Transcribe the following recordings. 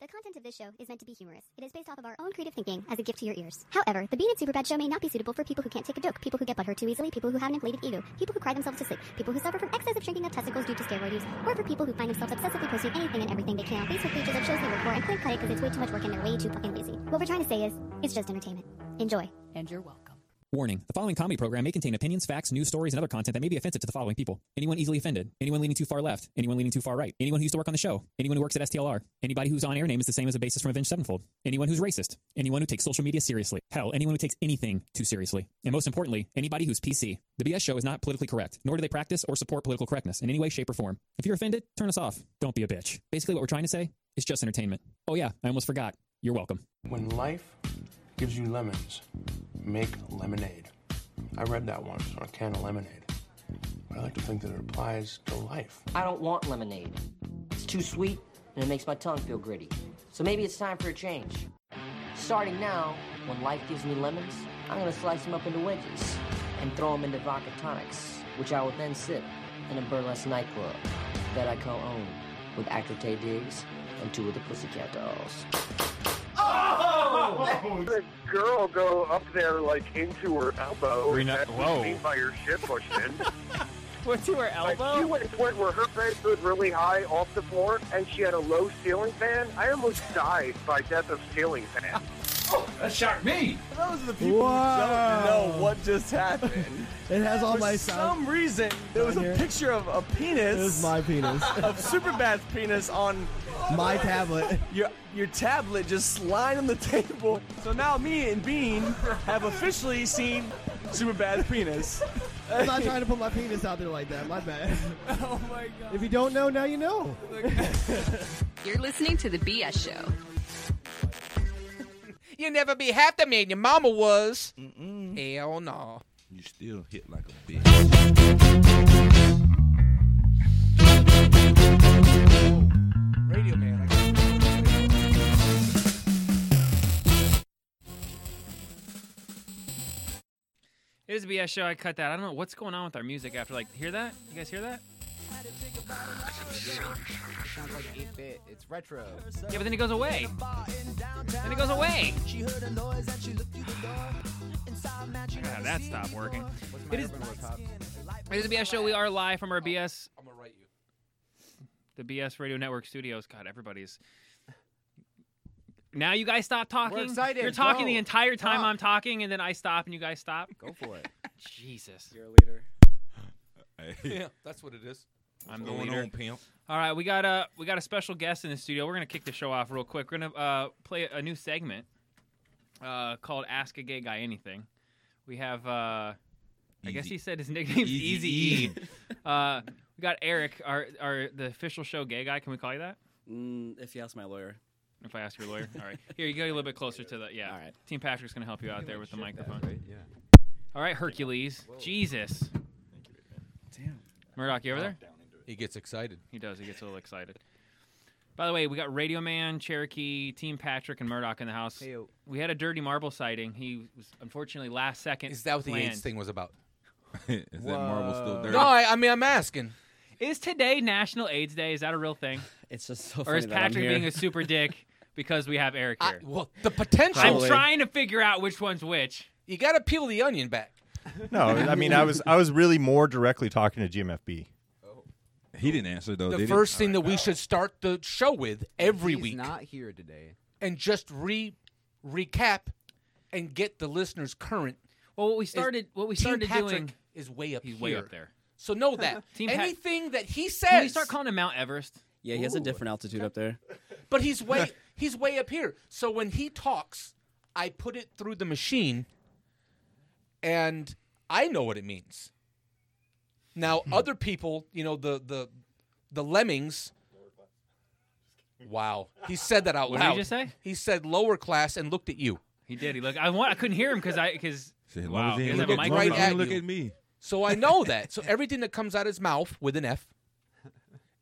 The content of this show is meant to be humorous. It is based off of our own creative thinking as a gift to your ears. However, the Bean and Superbad show may not be suitable for people who can't take a joke, people who get butthurt too easily, people who have an inflated ego, people who cry themselves to sleep, people who suffer from excessive shrinking of testicles due to steroid use, or for people who find themselves obsessively posting anything and everything they can on Facebook pages of shows they work for and quit cut it because it's way too much work and they're way too fucking lazy. What we're trying to say is, it's just entertainment. Enjoy. And you're welcome. Warning the following comedy program may contain opinions, facts, news stories, and other content that may be offensive to the following people anyone easily offended, anyone leaning too far left, anyone leaning too far right, anyone who used to work on the show, anyone who works at STLR, anybody whose on air name is the same as a bassist from Avenged Sevenfold, anyone who's racist, anyone who takes social media seriously, hell, anyone who takes anything too seriously, and most importantly, anybody who's PC. The BS show is not politically correct, nor do they practice or support political correctness in any way, shape, or form. If you're offended, turn us off. Don't be a bitch. Basically, what we're trying to say is just entertainment. Oh, yeah, I almost forgot. You're welcome. When life gives you lemons, make lemonade. I read that once on a can of lemonade, but I like to think that it applies to life. I don't want lemonade. It's too sweet and it makes my tongue feel gritty. So maybe it's time for a change. Starting now, when life gives me lemons, I'm gonna slice them up into wedges and throw them into vodka tonics, which I will then sip in a burlesque nightclub that I co-own with actor Tay Diggs and two of the Pussycat Dolls. the girl go up there like into her elbow. Green- and that's what whoa. you mean by your shit pushed in. We're to her like, she elbow. went to a point where her bed was really high off the floor, and she had a low ceiling fan. I almost died by death of ceiling fan. That shocked me. Those are the people who don't know what just happened. It has all For my sound. some reason, there was on a here. picture of a penis, It was my penis. of Superbad's penis on my tablet. your your tablet just lying on the table. So now me and Bean have officially seen Superbad's penis. I'm not trying to put my penis out there like that. My bad. Oh my god. If you don't know, now you know. You're listening to The BS Show. You never be half the man your mama was. Hell no. You still hit like a bitch. Radio man. Here's a BS show. I cut that. I don't know what's going on with our music after. Like, hear that? You guys hear that? Sounds like 8-bit. It's retro. Yeah, but then it goes away. Then it goes away. I gotta have that stop working. It is, it is a BS show. We are live from our BS, I'm gonna write you. the BS Radio Network studios. God, everybody's. Now you guys stop talking. excited. You're talking Go. the entire time Talk. I'm talking, and then I stop and you guys stop. Go for it. Jesus, You're a leader. Yeah, that's what it is. I'm the Going leader. on, pimp. All right, we got a we got a special guest in the studio. We're gonna kick the show off real quick. We're gonna uh, play a new segment uh, called "Ask a Gay Guy Anything." We have uh, I guess Easy. he said his nickname's Easy Easy, E. E. uh, we got Eric, our our the official show gay guy. Can we call you that? Mm, if you ask my lawyer. If I ask your lawyer, all right. Here, you go a little bit closer to the yeah. All right. Team Patrick's gonna help you out there with the microphone. All right, Hercules. Jesus, Damn. Murdoch, you over there? He gets excited. He does. He gets a little excited. By the way, we got Radio Man, Cherokee, Team Patrick, and Murdoch in the house. We had a dirty marble sighting. He was unfortunately last second. Is that what the AIDS planned. thing was about? is that marble still there? No, I, I mean I'm asking. Is today National AIDS Day? Is that a real thing, It's just so or is Patrick being a super dick because we have Eric I, here? well, the potential. I'm trying to figure out which one's which. You got to peel the onion back. No, I mean I was I was really more directly talking to GMFB. He didn't answer though. The did he? Oh. first thing that we should start the show with every week, here today. and just re recap and get the listeners current. Well, what we started, what we started Team Patrick doing, is way up he's here. way up there. So know that Team Pat- anything that he Can says, we start calling him Mount Everest? Yeah, he has a different altitude up there. but he's way he's way up here. So when he talks, I put it through the machine, and I know what it means. Now Hmm. other people, you know the the the lemmings. Wow, he said that out What did loud. he just say? He said lower class and looked at you. He did. He looked. I want. I couldn't hear him because I because Say, as long wow. as he he ain't doesn't look, have a at, right right microphone. at look you. at me. So I know that. So everything that comes out his mouth with an F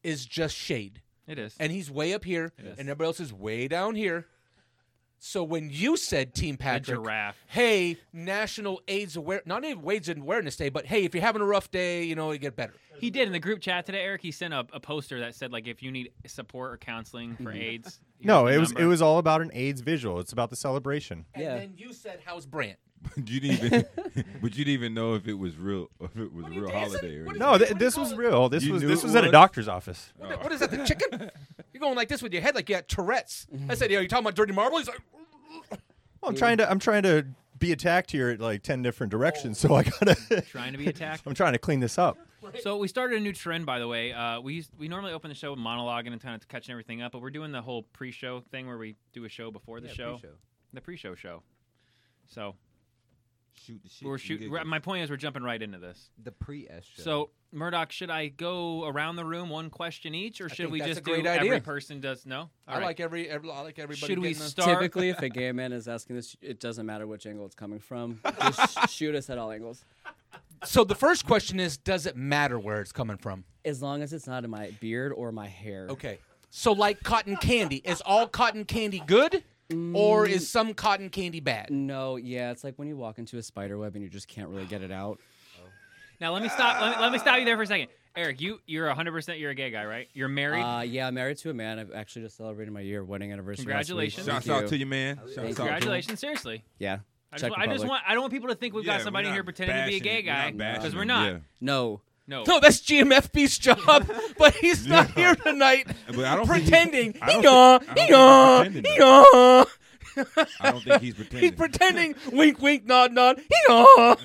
is just shade. It is. and he's way up here, and everybody else is way down here. So when you said Team Patrick, giraffe. hey, National AIDS Aware, not even AIDS Awareness Day, but hey, if you're having a rough day, you know, you get better. He did in the group chat today, Eric. He sent up a poster that said like, if you need support or counseling for AIDS. here's No, the it was number. it was all about an AIDS visual. It's about the celebration. And then you said, how's Brant? But you didn't even, but you didn't even know if it was real, if it was a real holiday or No, th- this was real. This You was knew this it was at a was? doctor's office. What, what is that, the chicken? You're going like this with your head like you got Tourette's. I said, are you talking about Dirty Marble? He's like, Well, I'm trying to I'm trying to be attacked here at like ten different directions, so I gotta Trying to be attacked? I'm trying to clean this up. So we started a new trend, by the way. Uh, we used, we normally open the show with monologue and kind of catching everything up, but we're doing the whole pre-show thing where we do a show before the Yeah, show, pre-show. the pre-show show. So Shoot the shit. we're and shooting. giggles. My point is, we're jumping right into this. The pre-S show. So Murdoch, should I go around the room, one question each, or should think we that's just a great do every idea. person does? No, I like every, every, I like everybody. Should we getting a- start? Typically, if a gay man is asking this, it doesn't matter which angle it's coming from. Just sh- shoot us at all angles. So the first question is, does it matter where it's coming from? As long as it's not in my beard or my hair. Okay. So like cotton candy, is all cotton candy good, or is some cotton candy bad? No, yeah, it's like when you walk into a spider web and you just can't really get it out. Now let me stop. Let me, let me stop you there for a second, Eric. You you're 100. percent You're a gay guy, right? You're married. Uh, yeah, I'm married to a man. I've actually just celebrated my year wedding anniversary. last week. Congratulations. Thank Shouts out to you, man. Thank Shouts you. out to him. Congratulations, seriously. Yeah. I just, Czech wa- I just Republic. want. I don't want people to think we've Yeah, got we're somebody not here pretending to be a bashing- gay we're guy not bashing because we're him, not. yeah. No. No. No, that's GMFB's job, but he's not here tonight. But I don't think he- pretending. I don't Yee-yaw, think- I don't think he's yee-yaw, yee-yaw. pretending, I don't think he's he's pretending. pretending. wink, wink, nod, nod. Yee-yaw.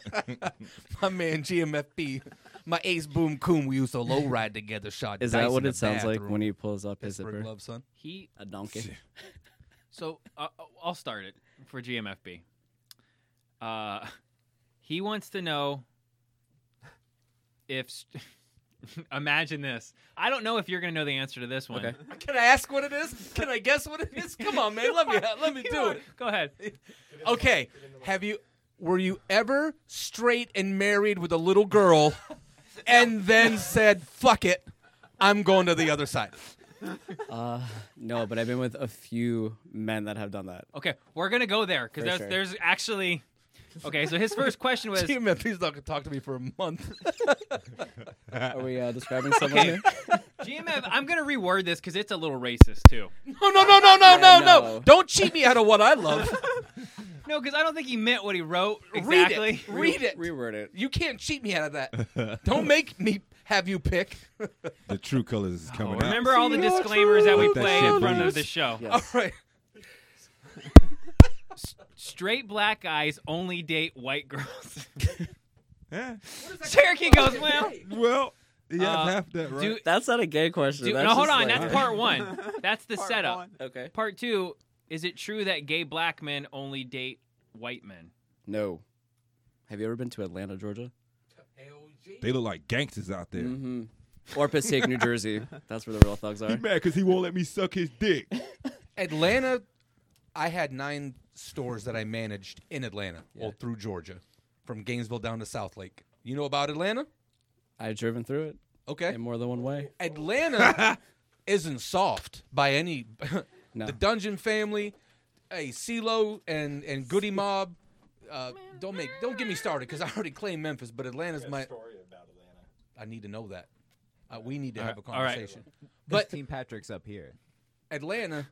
My man GMFB, my ace boom coon. We used to low ride together. Shot. Is dice that what in it the sounds like bathroom. when he pulls up his Pittsburgh zipper? love, son. He a donkey. So uh, I'll start it for GMFB. Uh, he wants to know if. St- imagine this. I don't know if you're going to know the answer to this one. Okay. Can I ask what it is? Can I guess what it is? Come on, man. Let me let me do it. Go ahead. Okay. Have you were you ever straight and married with a little girl and then said, "Fuck it. I'm going to the other side." Uh, no, but I've been with a few men that have done that. Okay, we're gonna go there because For there's sure. there's actually. Okay, so his first question was. Team man, please not gonna talk to me for a month. Are we uh, describing someone Okay, here? GMF, I'm gonna reword this because it's a little racist too. No, no, no, no, no, Yeah, no, no. no. Don't cheat me out of what I love. No, because I don't think he meant what he wrote Read exactly. it. Read it. Reword it. You can't cheat me out of that. Don't make me have you pick. The true colors is coming out. Oh, Remember all the disclaimers that we Let that play shit in front of breathe. the show. All right. Straight black guys only date white girls. Yeah. Cherokee goes well. Well, yeah, Uh, half that right. do- That's not a gay question. Dude, That's no, hold just on. like- That's part one. That's the setup. Okay. Part two. Is it true that gay black men only date white men? No. Have you ever been to Atlanta, Georgia? they look like gangsters out there. Mm-hmm. Or Passaic, New Jersey. That's where the real thugs He are. mad because he won't let me suck his dick. Atlanta, I had nine stores that I managed in Atlanta, all through Georgia, from Gainesville down to Southlake. You know about Atlanta? I've driven through it. Okay. In more than one way. Atlanta isn't soft by any. No. The Dungeon Family, hey, CeeLo and and Goody Mob. Uh, don't make don't get me started because I already claim Memphis, but Atlanta's my. Story about Atlanta. I need to know that. Uh, we need to have a All right. conversation. But Team Patrick's up here. Atlanta,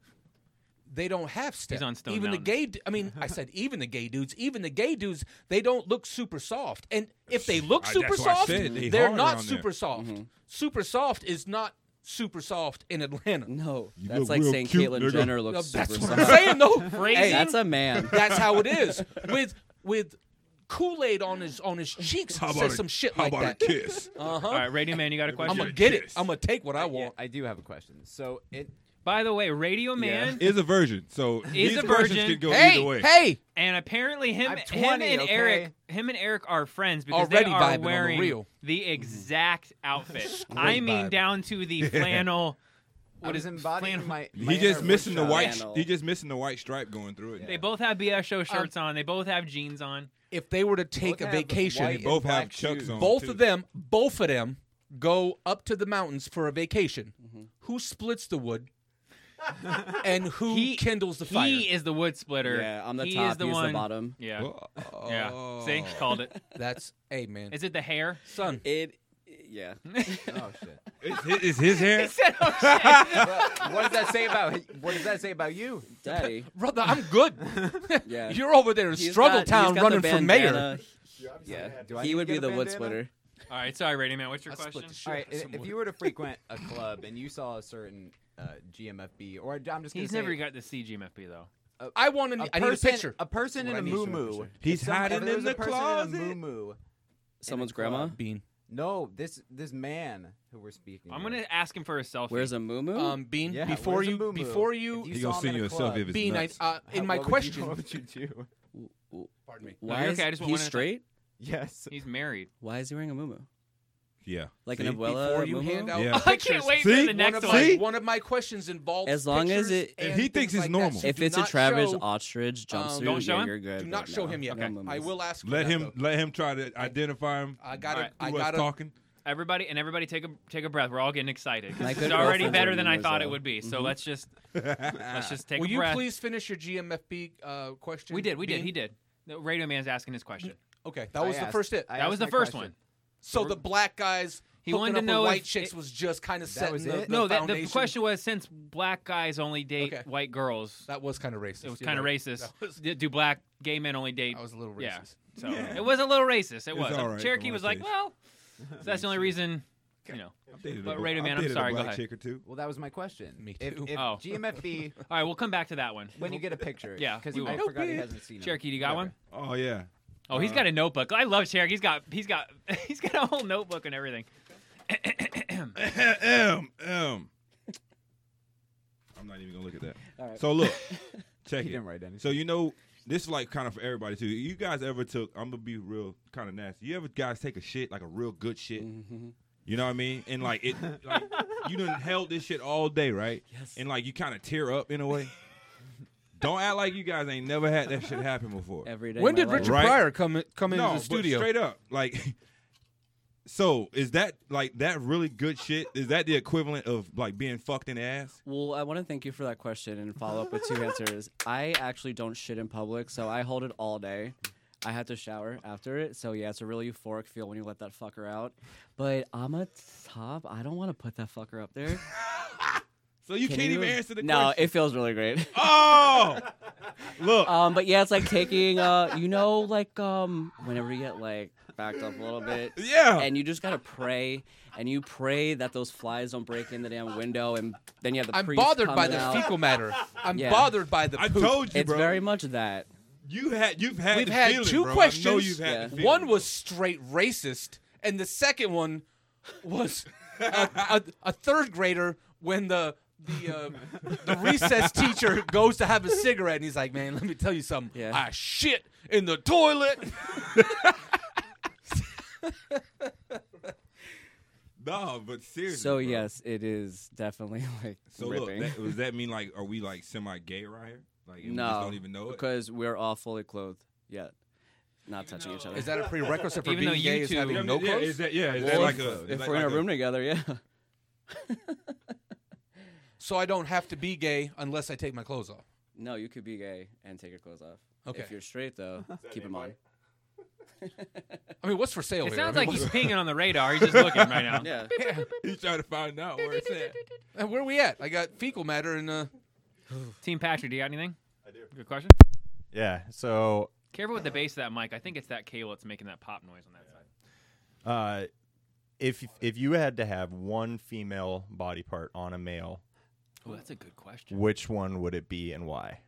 they don't have step. on Stone even Mountain. the gay. d- I mean, I said even the gay dudes. Even the gay dudes, they don't look super soft. And if they look I- super that's what I soft, said, they are hard not around there. Mm-hmm. super soft. Super soft is not super soft in Atlanta. No, that's look like real saying cute, Caitlyn nigga. Jenner looks that's super what I'm soft. saying. No, Phrasing? That's a man. That's how it is with with. Kool Aid on his on his cheeks How about says a- some shit how like about that. a kiss? Uh Uh-huh. huh. All right, Radio Man, you got a question? I'm gonna get it. I'm gonna take what I want. I do have a question. So it By the way, Radio Man Is a virgin, so is these a questions virgin. could go either way. And apparently, him, I'm him 20, and okay? Eric, him and Eric are friends because Already they vibing are on the wearing reel. the exact outfit. Straight I mean, vibe. down to the Yeah. flannel. I What was is embodying flannel? my- He just missing the white. Flannel. He just missing the white stripe going through it. They both have Uh, BSO shirts on. They both have jeans on. if they were to take a have vacation, white They both and have black Chucks Oh, shoes. on, Both too. of them, both Mm-hmm. of them, go up to the mountains for a vacation. Who splits the wood? and who kindles the fire. He is the wood splitter. Yeah, I'm the he top, Is the he's the one. bottom. Yeah. Oh. Yeah. See, called it. That's a man. Is it the hair? Son. It. Yeah. Oh shit. Is hi- is his hair? He said, "Oh, shit." Well, what does that say about? What does that say about you, Daddy? Brother, I'm good. Yeah. You're over there in He's Struggle got- he's Town got the running for mayor. bandana. Yeah. He would be the wood splitter. All right, sorry, Rainy Man. What's your split question? the All right, i- if you were to frequent a club and you saw a certain uh, GMFB, or I'm just gonna He's say never got the CGMFB though. a- I want to. a I need a person- picture. A person in Well, a I need moo some moo. picture. If He's some- if hiding there in was the a person In closet. a moo moo. in a Someone's grandma? club- Bean. No, this this man who we're speaking. I'm with. gonna ask him for a selfie. Where's a moo moo? Um, Bean, Yeah, before where's the you, moo-moo? before you, If you He'll saw him send at a you a club- selfie if it's Bean, I, nuts. uh, How- in my what would you- question, what would you do? pardon me. Why you're is okay, I just want he's one at a time. straight? Yes. He's married. Why is he wearing a muumuu? Yeah. Like See? an abuela Before you muumuu? hand out Yeah. I can't pictures, wait for See? the next one. Of one. my, one of my questions involves As long as pictures it- and If he things thinks it's like that, normal. so If do it's a not Travis show- ostrich Um, jumpsuit, don't show yeah, him? you're good. do not but show no, him yet. no Okay. mummies. I will ask. Let that, him though. let him try to identify him. I gotta. Alright. I who was gotta. talking? Everybody and everybody take a take a breath. We're all getting excited. 'cause My It's good already girlfriend's better than I already thought it knows, would be. So Mm-hmm. let's just let's just take Will a you breath. please finish your GMFB uh, question? we did, we did, Bean? he did. The radio man's asking his question. Okay, that I was the asked- first hit. I That asked was the my first question. So the black guys He hooking wanted to up with know white if chicks it- was just kind of setting was the, it? the no, that, the foundation. question was since black guys only date Okay. white girls, that was kind of racist. it was You're kind of right. racist. That was, D- Do black gay men only date? I was a little racist. Yeah. So it was a little racist. It was. all right Cherokee for was my like, taste. well, so that's the only reason. You know. But Radio Man, I'm sorry. Go ahead. Chick or two. Well, that was my question. Me If, too. if Oh. GMFB, All right, we'll come back to that one. when you get a picture, Yeah, because we I will. forgot he hasn't seen him. Cherokee, do you got one? Oh yeah. Oh, he's Uh, got a notebook. I love Cherokee. He's got he's got he's got a whole notebook and everything. Ahem, ahem. I'm not even gonna look at that. All right. So look, check He it. didn't write anything. So you know, this is like kind of for everybody too. You guys ever took? I'm gonna be real, kind of nasty. You ever guys take a shit like a real good shit? Mm-hmm. You know what I mean? And like it, like you done held this shit all day, right? Yes. And like you kind of tear up in a way. Don't act like you guys ain't never had that shit happen before. Every day. When of my did life. Richard Right? Pryor come come no, into the but studio? straight up, like. So is that like that really good shit? Is that the equivalent of like being fucked in the ass? Well, I want to thank you for that question and follow up with two answers. I actually don't shit in public, so I hold it all day. I have to shower after it, so yeah, it's a really euphoric feel when you let that fucker out. But I'm a top. I don't want to put that fucker up there. So you Can can't you- even answer the no, question. it feels really great. oh, look. Um, but yeah, it's like taking, uh, you know, like um, whenever you get like backed up a little bit, Yeah. and you just gotta pray, and you pray that those flies don't break in the damn window, and then you have the I'm priest bothered by coming the out. fecal matter. I'm Yeah. bothered by the I poop. told you, It's bro. very much that. you had you've had We've the had feeling, two bro. I know questions. you've had Yeah. the feeling. One was straight racist, and the second one was a, a, a third grader when the the uh, the recess teacher goes to have a cigarette, and he's like, "Man, let me tell you something. Yeah. I shit in the toilet." no, but seriously. So bro. yes, it is definitely like So ripping. look, that, does that mean like are we like semi gay right here? Like and we no, just don't even know it. because we're all fully clothed yet, not touching each other. Is that a prerequisite for Even though being gay? you Is two- having yeah, no yeah, clothes? is that yeah? Is that Well, like a? if like- we're in like a room together? Yeah. so I don't have to be gay unless I take my clothes off. No, you could be gay and take your clothes off. Okay. If you're straight though, keep them on. I mean, what's for sale It here? I sounds mean, like he's pinging on the radar. He's just looking right now. Yeah. He's trying to find out where it's at. what's- where are we at? I got fecal matter and uh, Team Patrick, do you got anything? I do. Good question. Yeah. So Careful with the bass of that mic. I think it's that cable that's making that pop noise on that side. Uh, if if you had to have one female body part on a male, Oh, that's a good question. which one would it be and why?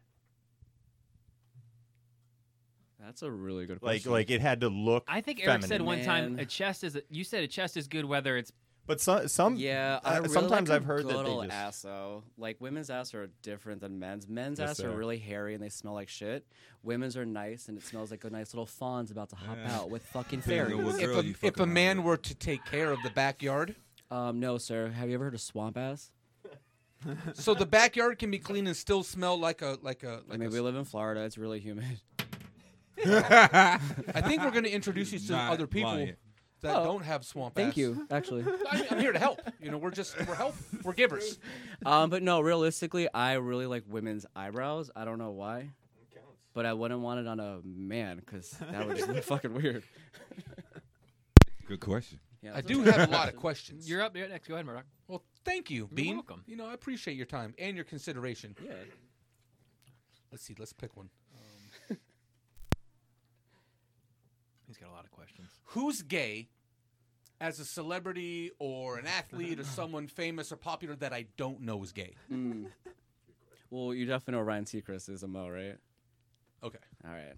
That's a really good Like question. like it had to look. I think Eric feminine. said one time Man. a chest is. A, you said a chest is good whether it's. but some some Yeah, uh, I really sometimes like I've heard that they old just ass though. Like women's ass are different than men's. Men's Yes, ass sir. are really hairy and they smell like shit. Women's are nice and it smells like a nice little fawn's about to hop out with fucking Depends on fairies. what- girl if you a, if fucking a around man with. were to take care of the backyard, Um, no, sir. Have you ever heard of swamp ass? so the backyard can be clean and still smell like a like a. I Like mean, a we live in Florida. It's really humid. I think we're going to introduce you He's to not other people lying. that Oh. don't have swamp. Thank ass. you. Actually, I mean, I'm here to help. You know, we're just we're help. We're givers. Um, but no, realistically, I really like women's eyebrows. I don't know why. But I wouldn't want it on a man because that would just look fucking weird. Good question. I do have a lot of questions. You're up there next. Go ahead, Murdoch. Well, thank you, You're Bean. welcome. You know, I appreciate your time and your consideration. Yeah. Let's see. Let's pick one. He's got a lot of questions. Who's gay as a celebrity or an athlete or someone famous or popular that I don't know is gay? Mm. Well, you definitely know Ryan Seacrest is a mo, right? Okay. All right.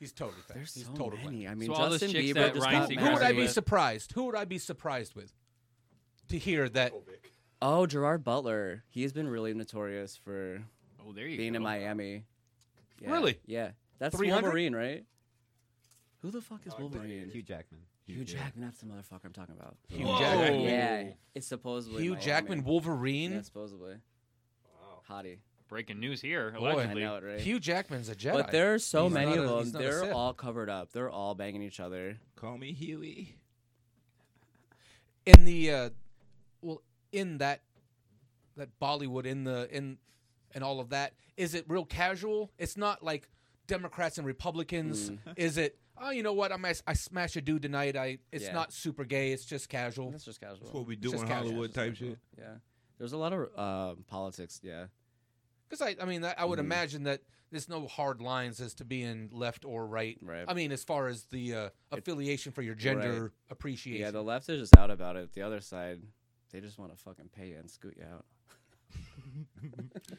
He's totally thing. There's He's so total many. thing. I mean, So all those Justin chicks Bieber that just Ryan got Seacrest Who would I married. be surprised? Who would I be surprised with to hear that? Oh, Gerard Butler. He's been really notorious for oh, there you being go. in Miami. Yeah. Really? Yeah. That's 300? Wolverine, right? Who the fuck is Wolverine? Hugh Jackman. Hugh Jackman, that's the motherfucker I'm talking about. Hugh Whoa. Jackman. Yeah, it's supposedly Hugh Miami. Jackman, Wolverine? Yeah, supposedly. Hottie. Breaking news here. Boy, Allegedly. I know it, right? Hugh Jackman's a Jedi. But there are so He's many not of a- them. he's not a They're Sith. all covered up. They're all banging each other. Call me Huey. in the uh, well in that that Bollywood in the in and all of that is it real casual? It's not like Democrats and Republicans. Mm. Is it? Oh, you know what? I mas- I smash a dude tonight. I it's Yeah. not super gay. It's just casual. It's just casual. That's what we It's do just in casual. Hollywood type shit. Yeah. There's a lot of uh, politics, yeah. Because I, I mean, that, I would Mm. imagine that there's no hard lines as to being left or right. Right. I mean, as far as the uh, affiliation for your gender Right. appreciation. Yeah, the left is just out about it. The other side, they just want to fucking pay you and scoot you out.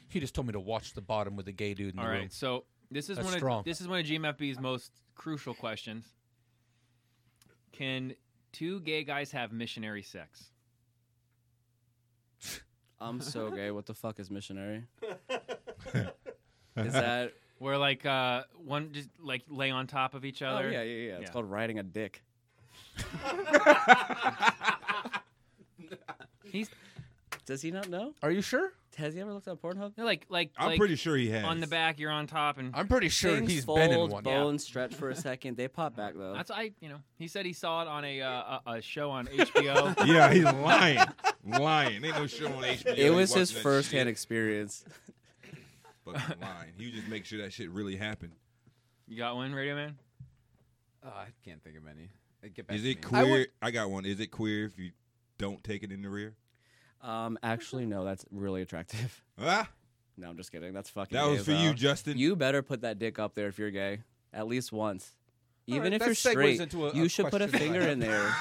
he just told me to watch the bottom with the gay dude in All the right, room. so this is That's one. Of, strong. This is one of GMFB's most crucial questions. Can two gay guys have missionary sex? I'm so gay. What the fuck is missionary? Is that where like uh, one just like lay on top of each Oh, other? yeah, yeah, yeah. It's called riding a dick. He's. Does he not know? Are you sure? Has he ever looked up Pornhub? No, like like I'm like pretty sure he has. On the back, you're on top, and I'm pretty Things he's fold, been in one. Yeah. Bones stretch for a second. They pop back though. That's I, you know, he said he saw it on a uh, a, a show on HBO. Yeah, he's lying. lying. Ain't no show on HBO. it was He his watching that first hand shit. experience. Fucking lying. You just make sure that shit really happened. You got one, Radio Man? Oh, I can't think of any. Uh, Get back Is to it me. queer? I, got one. Is it queer if you don't take it in the rear? Um, actually, no, that's really attractive. Ah. No, I'm just kidding. That's fucking. That gay was as for you, hell. Justin. You better put that dick up there if you're gay, at least once. All Even right, if that you're segues straight, into a- you a should put a question finger that I in there.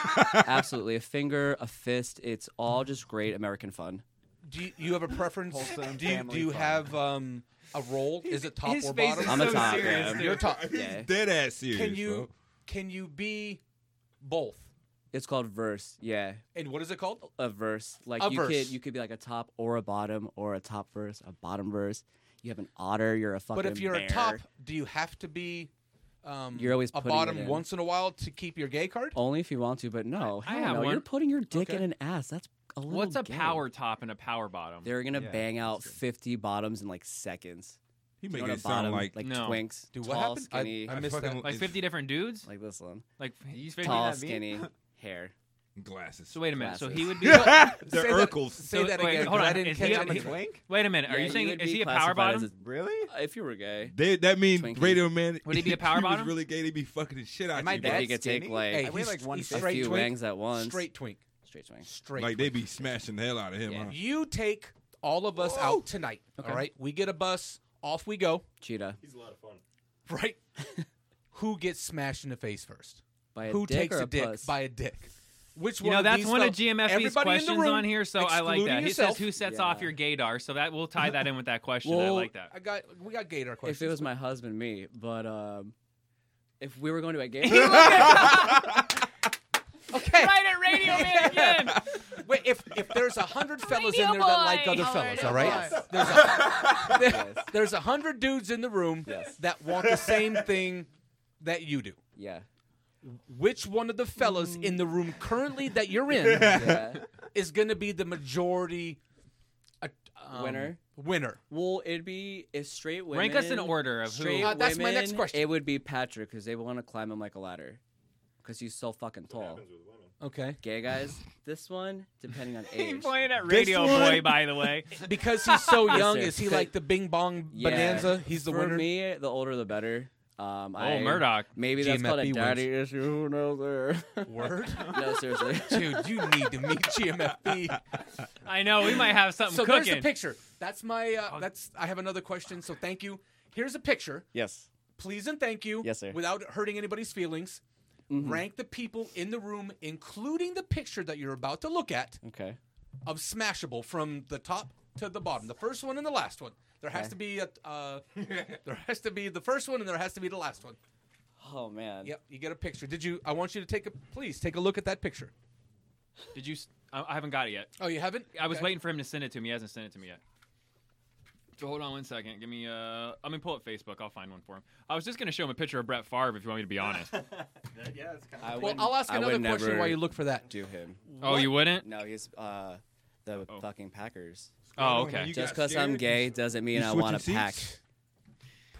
Absolutely, a finger, a fist. It's all just great American fun. Do you, you have a preference? Wholesome do you, do family you fun. have um, a role? is it top his or face bottom? is I'm a so top, serious, yeah. dude. You're top. He's Yeah. dead ass serious, Can you bro. can you be both? It's called verse. Yeah, And what is it called? a verse. Like A you verse. could you could be like a top or a bottom or a top verse, a bottom verse. You have an otter. You're a fucking. But if you're bear. a top, do you have to be? Um, You're always a putting it bottom in. once in a while to keep your gay card. only if you want to. But no, I hell have no. one. You're putting your dick in an ass. That's a little. What's a gay. power top and a power bottom? They're gonna Yeah, bang out fifty bottoms in like seconds. He Do you making know what it a sound bottom, like- like No. twinks, Dude, what tall, happened? I- skinny. I I missed fucking- that. Like 50 different dudes? Like this one. Like he's Tall, skinny, hair. Glasses. So wait a minute. So he would be Glasses. They're Say that- Urkels. say that wait, again, Hold 'cause on. I didn't is catch he, how much he- twink? Wait a minute. Are Yeah, you he saying would is be he a power classified as bottom? a- Uh, If you were gay, They, that means Twinkie. Radio um, Man. Would he be a if power was bottom? really gay. They'd be fucking the shit out Am I you. that bro. you could take skinny? like Hey, a I weigh like one he's fifty. straight few twink. wangs at once. Straight twink. straight swing. Straight. Like they'd be smashing the hell out of him. Yeah. Huh? You take all of us out tonight. All right, we get a bus. Off we go. Cheetah He's a lot of fun. Right. Who gets smashed in the face first? by a Who dick takes or a, a, dick puss? by a dick? Which You one? know, of that's these one of fel- GMFB's Everybody in the questions room, on here, so I like excluding that. yourself. He says, "Who sets off your gaydar?" So that we'll tie that in with that question. I Well, like that. I got we got Gator questions. If it was my husband, me. But um, if we were going to a gay, okay. Right at Radio Man again. Wait, if if there's a hundred fellas in Radio there that like boy. other fellas, Radio all right? There's a, there- there's a hundred dudes in the room that want the same thing that you do. yeah, Which one of the fellas in the room currently that you're in Yeah. is going to be the majority uh, um, Winner? Winner. Well, it'd be if straight women. Rank us in order of who- straight Uh, that's my women, next question. It would be Patrick because they want to climb him like a ladder because he's so fucking tall. Okay. Gay guys. This one, depending on age. He's playing at Radio Boy, by the way. Because he's so young, Listen, is he the- like the Bing Bong Yeah. Bonanza? He's the For winner. me, the older the better. Um, Oh, I- Murdoch. Maybe that's called a GMFB daddy issue. Who knows? There. Word? no, seriously. Dude, you need to meet GMFB. I know we might have something so there's cooking. a picture. That's my. Uh, that's. I have another question. So thank you. Here's a picture. Yes. Please and thank you. Yes, sir. Mm-hmm. Without hurting anybody's feelings, rank the people in the room, including the picture that you're about to look at, Okay. of Smashable from the top to the bottom. The first one and the last one. There has Okay. to be a. Uh, there has to be the first one and there has to be the last one. Oh man. Yep. You get a picture. Did you? I want you to take a. Please take a look at that picture. Did you? s- I I haven't got it yet. Oh, you haven't? I was Okay. waiting for him to send it to me. He hasn't sent it to me yet. So hold on one second. Give me. Uh, I mean, pull up Facebook. I'll find one for him. I was just gonna show him a picture of Brett Favre. If you want me to be honest. yeah, it's kind I Well, wouldn't- I'll ask I would another question never while you look for that. Do him. Oh, you wouldn't? No, he's uh, the fucking Packers. Oh, okay. You Just got because I'm scared? gay doesn't mean You I want to switching pack. seats?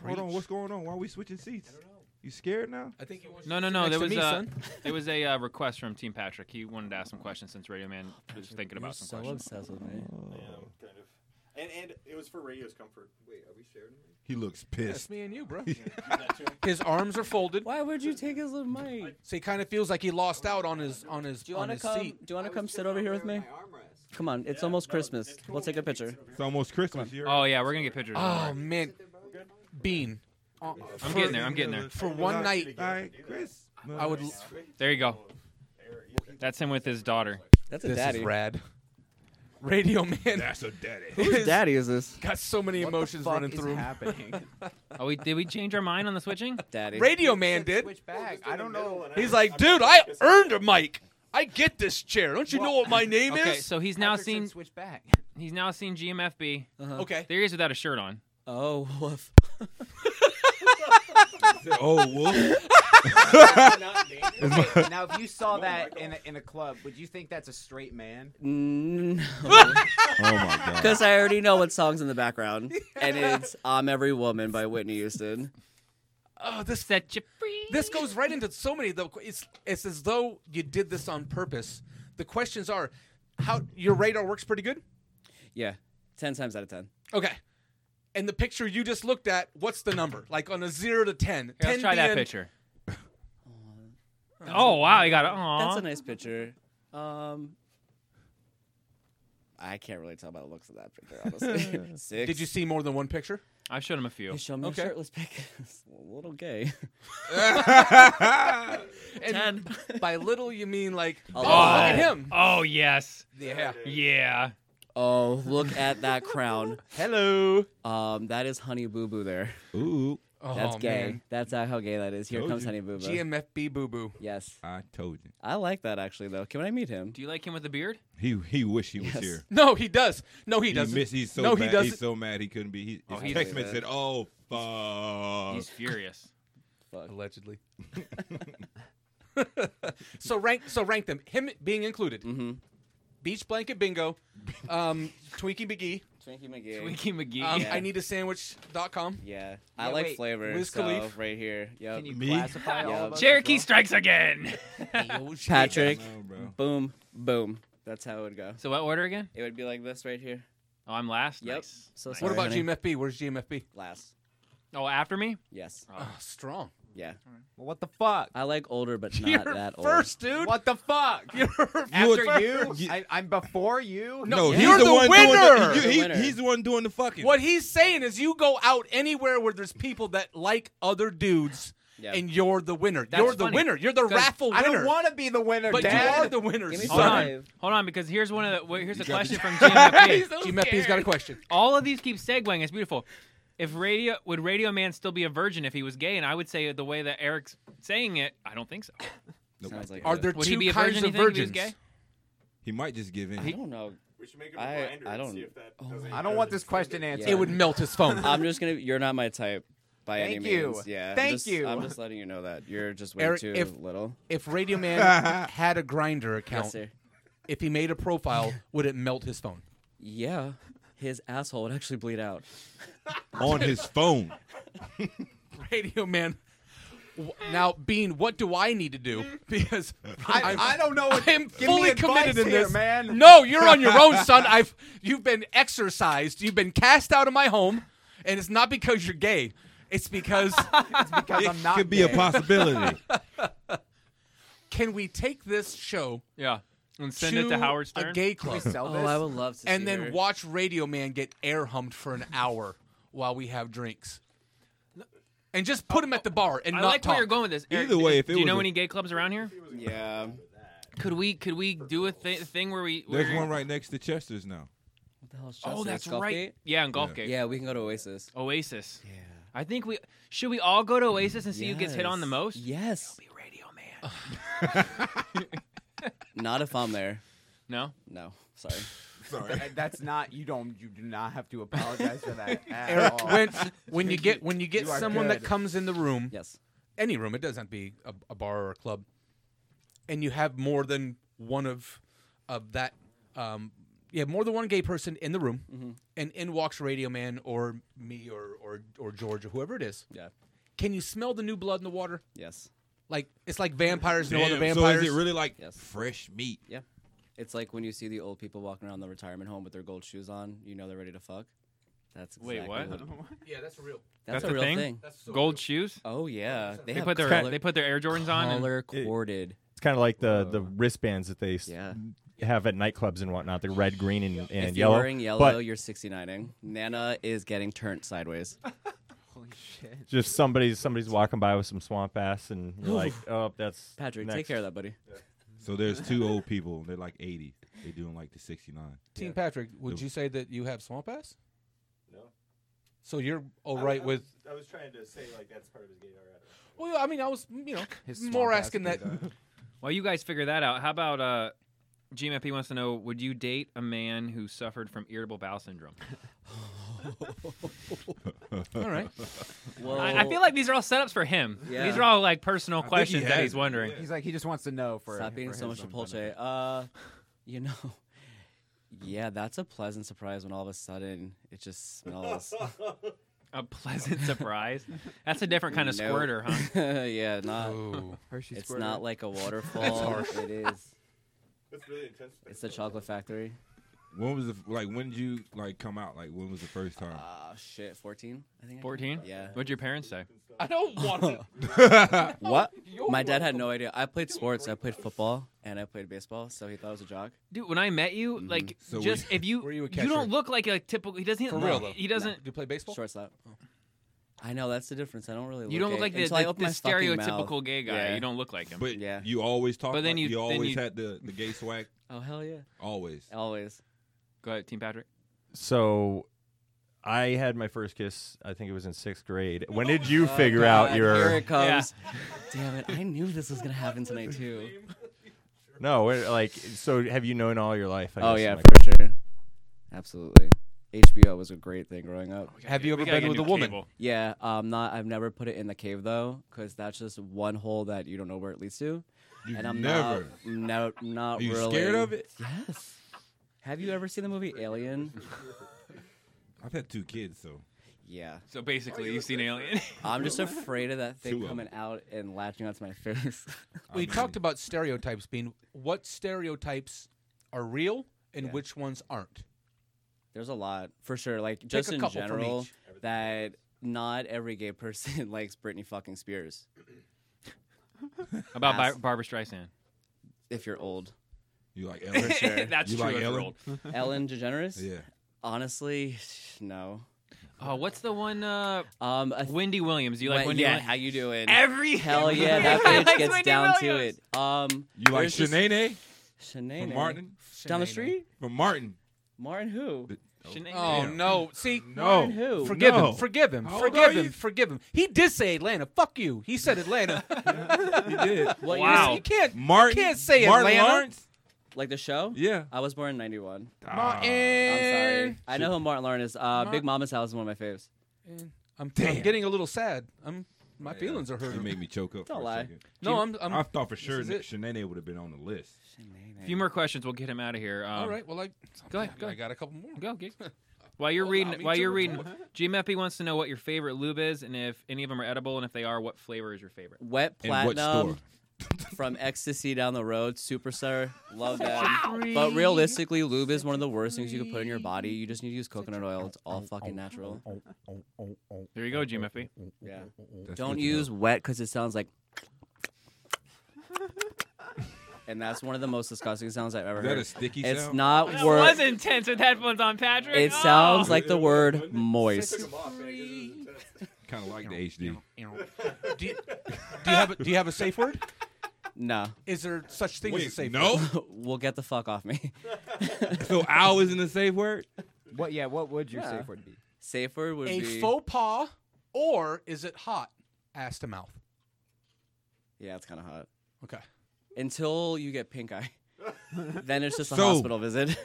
Hold on, what's going on? Why are we switching seats? You scared now? I think you want No, no, no. There was a there was a uh, request from Team Patrick. He wanted to ask some questions since Radio Man was thinking about some questions. obsessed with me. kind of. And, and it was for radio's comfort. Wait, are we sharing? He looks That's pissed. me and you, bro. his arms are folded. Why would you take his little mic? So he kind of feels like he lost out on his on his Do you on want to his come? seat. Do you want to come sit over here with me? Come on, it's almost Christmas. Let's take a picture. It's almost Christmas. You're Oh yeah, we're gonna get pictures. don't Oh worry. man, Bean. I'm I'm getting there. I'm getting there. For one night, All right, Chris. I would. There you go. That's him with his daughter. That's This is rad. Radio man. That's a daddy. Whose daddy is this? Got so many emotions running through. him. Oh, we, did we change our mind on the switching? Daddy. Radio man did. Back. Oh, I don't know. He's like, dude, I earned a mic. I get this chair. Don't you know what my name okay, is? so he's now Patrick said seen switch back. he's now seen GMFB. Okay. There he is without a shirt on. Oh, woof. oh, wolf. now, if you saw that in a, in a club, would you think that's a straight man? No. Oh my god. Because I already know what song's in the background, and it's "I'm Every Woman" by Whitney Houston. Oh, this Set you free. this goes right into so many. Though it's it's as though you did this on purpose. The questions are, how your radar works pretty good. Yeah, ten times out of ten. Okay. And the picture you just looked at, what's the number? Like on a zero to ten. Here, 10 let's try that being- picture. oh wow, he got it. That's a Aw. nice picture. Um, I can't really tell by the looks of that picture, honestly. Six. Did you see more than one picture? I showed him a few. You showed me Okay. a shirtless pic. It's a little gay. And by little you mean like oh, lot. look at him. Oh yes. Yeah. Yeah. Oh, look at that crown. Hello. Um, that is Honey Boo Boo there. Ooh. Oh, That's gay. man. That's uh, how gay that is. Here Told comes you. Honey Boo Boo. GMFB boo boo. yes, I told you. I like that actually though. Can I meet him? Do you like him with the beard? He he wish he was Yes. here. No, he does. No, he, He, doesn't. missed. He's so no, mad. he doesn't. He's so mad he couldn't be. He, his he's- text message said, "Oh fuck." He's furious. Allegedly. so rank so rank them. Him being included. Mm-hmm. Beach blanket bingo. Um, Twinkie McGee. Twinkie McGee. Winky McGee. Um, Yeah. I need a sandwich.com. Yeah, I Yeah, like wait. flavor. Wiz so Khalifa. right here. Yep. Can you Me? classify all Yeah. of us? as Cherokee well? strikes again. Patrick, No, bro. boom, boom. That's how it would go. so what order again? It would be like this right here. Oh, I'm last. Yep. Nice. So What sorry, about honey. GMFB? Where's GMFB? Last. Oh, after me? Yes. Oh, strong. Yeah. Well, what the fuck? I like older, but not You're that old. first, dude. What the fuck? You're After first. you? I, I'm before you? No, Yeah. he's You're the, the one winner. doing the, The he- winner. He's the one doing the fucking. What he's saying is, you go out anywhere where there's people that like other dudes, Yeah. and you're the winner. That's you're the funny, winner. You're the 'cause raffle winner. I don't want to be the winner, but Dad. you are the winner. Give me Hold Son. on. five. Hold on, because here's one of the wait, here's a got question the- from GMFB. GMFB's got a question. All of these keep segueing. It's beautiful. If radio would Radio Man still be a virgin if he was gay? And I would say the way that Eric's saying it, I don't think so. Sounds like Are it. there Would two he be a kinds of virgin? you think, if he virgins? was gay? He might just give in. I don't know. We should make him a I- reminder I and don't- see if that oh doesn't my I don't want this question answered. answered. Yeah. Um, It would melt his phone. I'm just gonna. You're not my type by Thank any you. means. Yeah. I'm Thank just- you. I'm just letting you know that you're just way Eric, too if- little. if Radio Man had a grinder account, Yes, sir. if he made a profile, would it melt his phone? Yeah. His asshole would actually bleed out. on his phone. Radio Man. W- Now, Bean, what do I need to do? Because I, Mm-hmm. I don't know what- I'm give me fully advice committed in here, this, man. No, you're on your own, son. I've you've been exorcised. You've been cast out of my home, and it's not because you're gay. It's because it's because I'm not could be a gay. possibility. Can we take this show? Yeah. And send it to Howard Stern? A gay Can we club. sell this? Oh, I would love to And see then her. watch Radio Man get air humped for an hour while we have drinks. And just put him at the bar and I not like talk. where you're going with this. Eric, Either way, do- if it do you was know a- any gay clubs around here? Yeah. Could we could we do a thi- thing where we? There's where- one right next to Chester's now. What the hell is Oh, Chelsea? that's Golf right. Gate? Yeah, in Golf Gate. Yeah, we can go to Oasis. Oasis. Yeah. I think we should we all go to Oasis and see who gets hit on the Yes. most. Yes. You'll be radio man. Not if I'm there. No. No. Sorry. Th- Uh, That's not you. Don't you do not have to apologize for that. At Eric, all. when, when you get when you get are someone that good. comes in the room, yes, any room, it doesn't have to be a, a bar or a club, and you have more than one of of that, um, you have more than one gay person in the room, Mm-hmm. and in walks Radio Man or me or or or George or whoever it is. Yeah, can you smell the new blood in the water? Yes, like it's like vampires, no other Damn, so is vampires. it really like Yes. fresh meat? Yeah. It's like when you see the old people walking around the retirement home with their gold shoes on, you know they're ready to fuck. That's exactly Wait, what? Yeah, that's real. That's, That's a the real thing? thing. That's so Gold real. shoes? Oh yeah, They have put their- color- they put their Air Jordans on and- Color corded. It's kind of like the, the wristbands that they s- have at nightclubs and whatnot. They're red, green, and, and if yellow. you're wearing yellow, But you're 69ing. Nana is getting turned sideways. Holy shit. just somebody's somebody's walking by with some swamp ass, and you're like, oh, that's Patrick, next. take care of that, buddy. So there's two old people. They're like 80. They doing like the 69. Team Patrick, would The- you say that you have swamp ass? No. So you're all right with. I was trying to say like that's part of his gay already. Well, I mean, I was you know His more swamp ass asking that. could While you guys figure that out, how about uh, GMFP wants to know: Would you date a man who suffered from irritable bowel syndrome? all right. I, I feel like these are all setups for him. Yeah. These are all like personal questions that he's wondering. He's like he just wants to know for Stop eating for so his much own Chipotle. benefit. Uh, you know, yeah, that's a pleasant surprise when all of a sudden it just smells. A pleasant surprise. That's a different kind of No. squirter, huh? yeah, not. Ooh. Hershey it's squirter. not like a waterfall. harsh. It is. That's really intense. It's the chocolate factory. When was the f- like? When did you like come out? Like when was the first time? Ah, shit, fourteen. I think. I came out. 14? Yeah. What'd your parents say? I don't want it. what? My dad had no idea. I played sports. I played football and I played baseball, so he thought I was a jock. Dude, when I met Mm-hmm. you, like, So just were you- if you were you a you catcher? don't look like a typical. He doesn't. For real, look- though? He doesn't. you play baseball? Shortstop. I know that's the difference. I don't really. You don't look look like the, until I the, open the my fucking mouth. stereotypical gay guy. Yeah. You don't look like him. But you always talk. But then like you- then always you- had the, the gay swag. Oh hell yeah! Always. Always. Go ahead, Team Patrick. So, I had my first kiss. I think it was in sixth grade. When did you figure out your? Here it comes. Damn it! I knew this was gonna happen tonight too. No, it- like so. Have you known all your life? I oh guess, yeah, like- for sure. Absolutely. HBO was a great thing growing up. Oh, Have you ever been with a woman? Yeah, um, not. I've never put it in the cave though, because that's just one hole that you don't know where it leads to. You've and I'm never- not, no, not Are you really. scared of it? Yes. Have you ever seen the movie Alien? I've had two kids, so Yeah. So basically, you've seen Alien. I'm just afraid of that Two thing of coming out and latching onto my face. We talked about stereotypes being what stereotypes are real and Yeah. which ones aren't. There's a lot for sure. Like just a in couple from general, each. that not every gay person likes Britney fucking Spears. About Ass. Bar- Barbara Streisand. if you're old. You like For Ellen? sure. That's You true like if you're Ellen? old. Ellen DeGeneres? Yeah. Honestly, no. Oh, what's the one? Uh, um, Wendy Williams. Do you like Wait, Wendy? yeah, Williams? how you doing? Every hell yeah, that I bitch like gets Wendy down Williams. to it. Um, You like there's this- Shanae? Shanae From Martin? down the Shanae. street. From Martin. Martin who? Shanae. Oh no! See, No. Martin who? No. Forgive him. Forgive him. How old forgive are him. you? Forgive him. He did say Atlanta. Fuck you. He said Atlanta. he did. What year wow. is You it? can't. You can't say Atlanta. Like the show? Yeah. I was born in 91. Martin. Eh. I'm sorry. I know who Martin Lawrence is. Uh, Mar- Big Mama's House is one of my faves. I'm, Damn. I'm getting a little sad. I'm. My feelings are hurt. You made me choke up. Don't for lie. A second. No, I'm- I'm- I thought Oh, for this sure is that it. Shanae would have been on the list. A few more questions. We'll get him out of here. Um, All right. Well, I Go ahead. Go I ahead. got a couple more. Go. Gig. While you're reading, me while to you're reading, retort. GMFP wants to know what your favorite lube is, and if any of them are edible, and if they are, what flavor is your favorite? Wet platinum from Ecstasy Down the Road, Superstar, love that. Wow. But realistically, lube is one of the worst things you can put in your body. You just need to use coconut oil. It's all fucking natural. There you go, GMFP. Yeah. Don't That's good to know. use wet because it sounds like. And that's one of the most disgusting sounds I've ever Is that heard. a sticky it's sound? not That worth. was intense with headphones on, Patrick. It Oh! sounds like the word moist. kind of like the HD. do, you, do you have a, do you have a safe word? No. Is there such thing as a safe word? we'll get the fuck off me. so ow isn't a safe word? What? Yeah. What would your Yeah. safe word be? Safe word would a be. faux pas, or is it hot? Ass to mouth. yeah, it's kind of hot. Okay. Until you get pink eye, then it's just a So- hospital visit.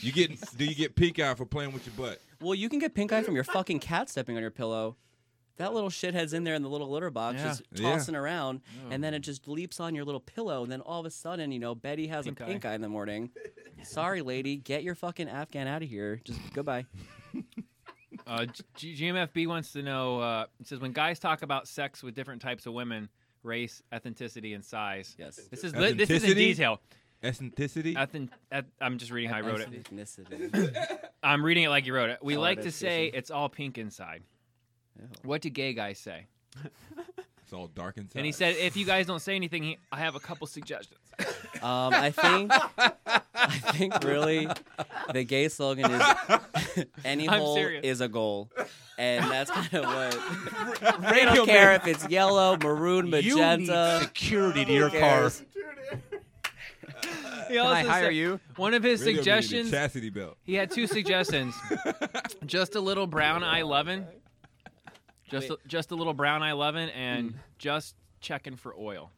You get? Do you get pink eye for playing with your butt? well, you can get pink eye from your fucking cat stepping on your pillow. That little shithead's in there in the little litter box, Yeah. Oh. just Yeah. tossing around, and then it just leaps on your little pillow, and then all of a sudden, you know, Betty has Pink a eye. pink eye in the morning. Sorry, lady, get your fucking Afghan out of here. Just goodbye. Uh, G- GMFB wants to know. Uh, it says when guys talk about sex with different types of women, race, ethnicity, and size. Yes. This is li- this is in Ethnicity? detail. Ethnicity. Ethan, eth- I'm just reading how I wrote it. Ethnicity. I'm reading it like you wrote it. We Oh, like it to is, say Jason. it's all pink inside. What do gay guys say? It's all dark inside. And he said, if you guys don't say anything, he, I have a couple suggestions. Um, I think I think really the gay slogan is any I'm hole serious. is a goal. And that's kind of what I Radio don't care man. if it's yellow, maroon, You need magenta. security to who your car. cares? He also said- One of his Really, we need a suggestions. Chastity belt. He had two suggestions. just a little brown eye lovin'. Just a, just a little brown eye lovin', and just checking for oil.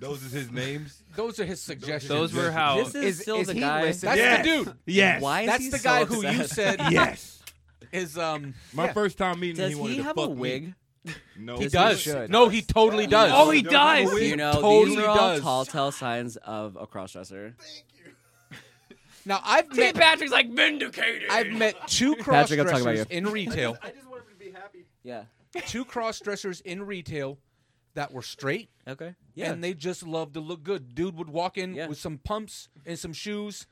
Those is his names. Those are his suggestions. Those were how. This is, still the guy. That's Yes. the dude. Yes. Why is That's he the so guy who you obsessed? said Yes. is um My yeah. first time meeting, him, Does he wanted he to have fuck a me. wig? No, He Does does. he should? No, he totally does. Oh, he does. You know, Totally these are all does. tall, tall signs of a crossdresser. Now I've T. met Patrick's like vindicated. I've met two cross Patrick, I'm talking about dressers in retail. I just want him to be happy. Yeah. two cross dressers in retail that were straight Okay. Yeah. and they just loved to look good. Dude would walk in Yeah. with some pumps and some shoes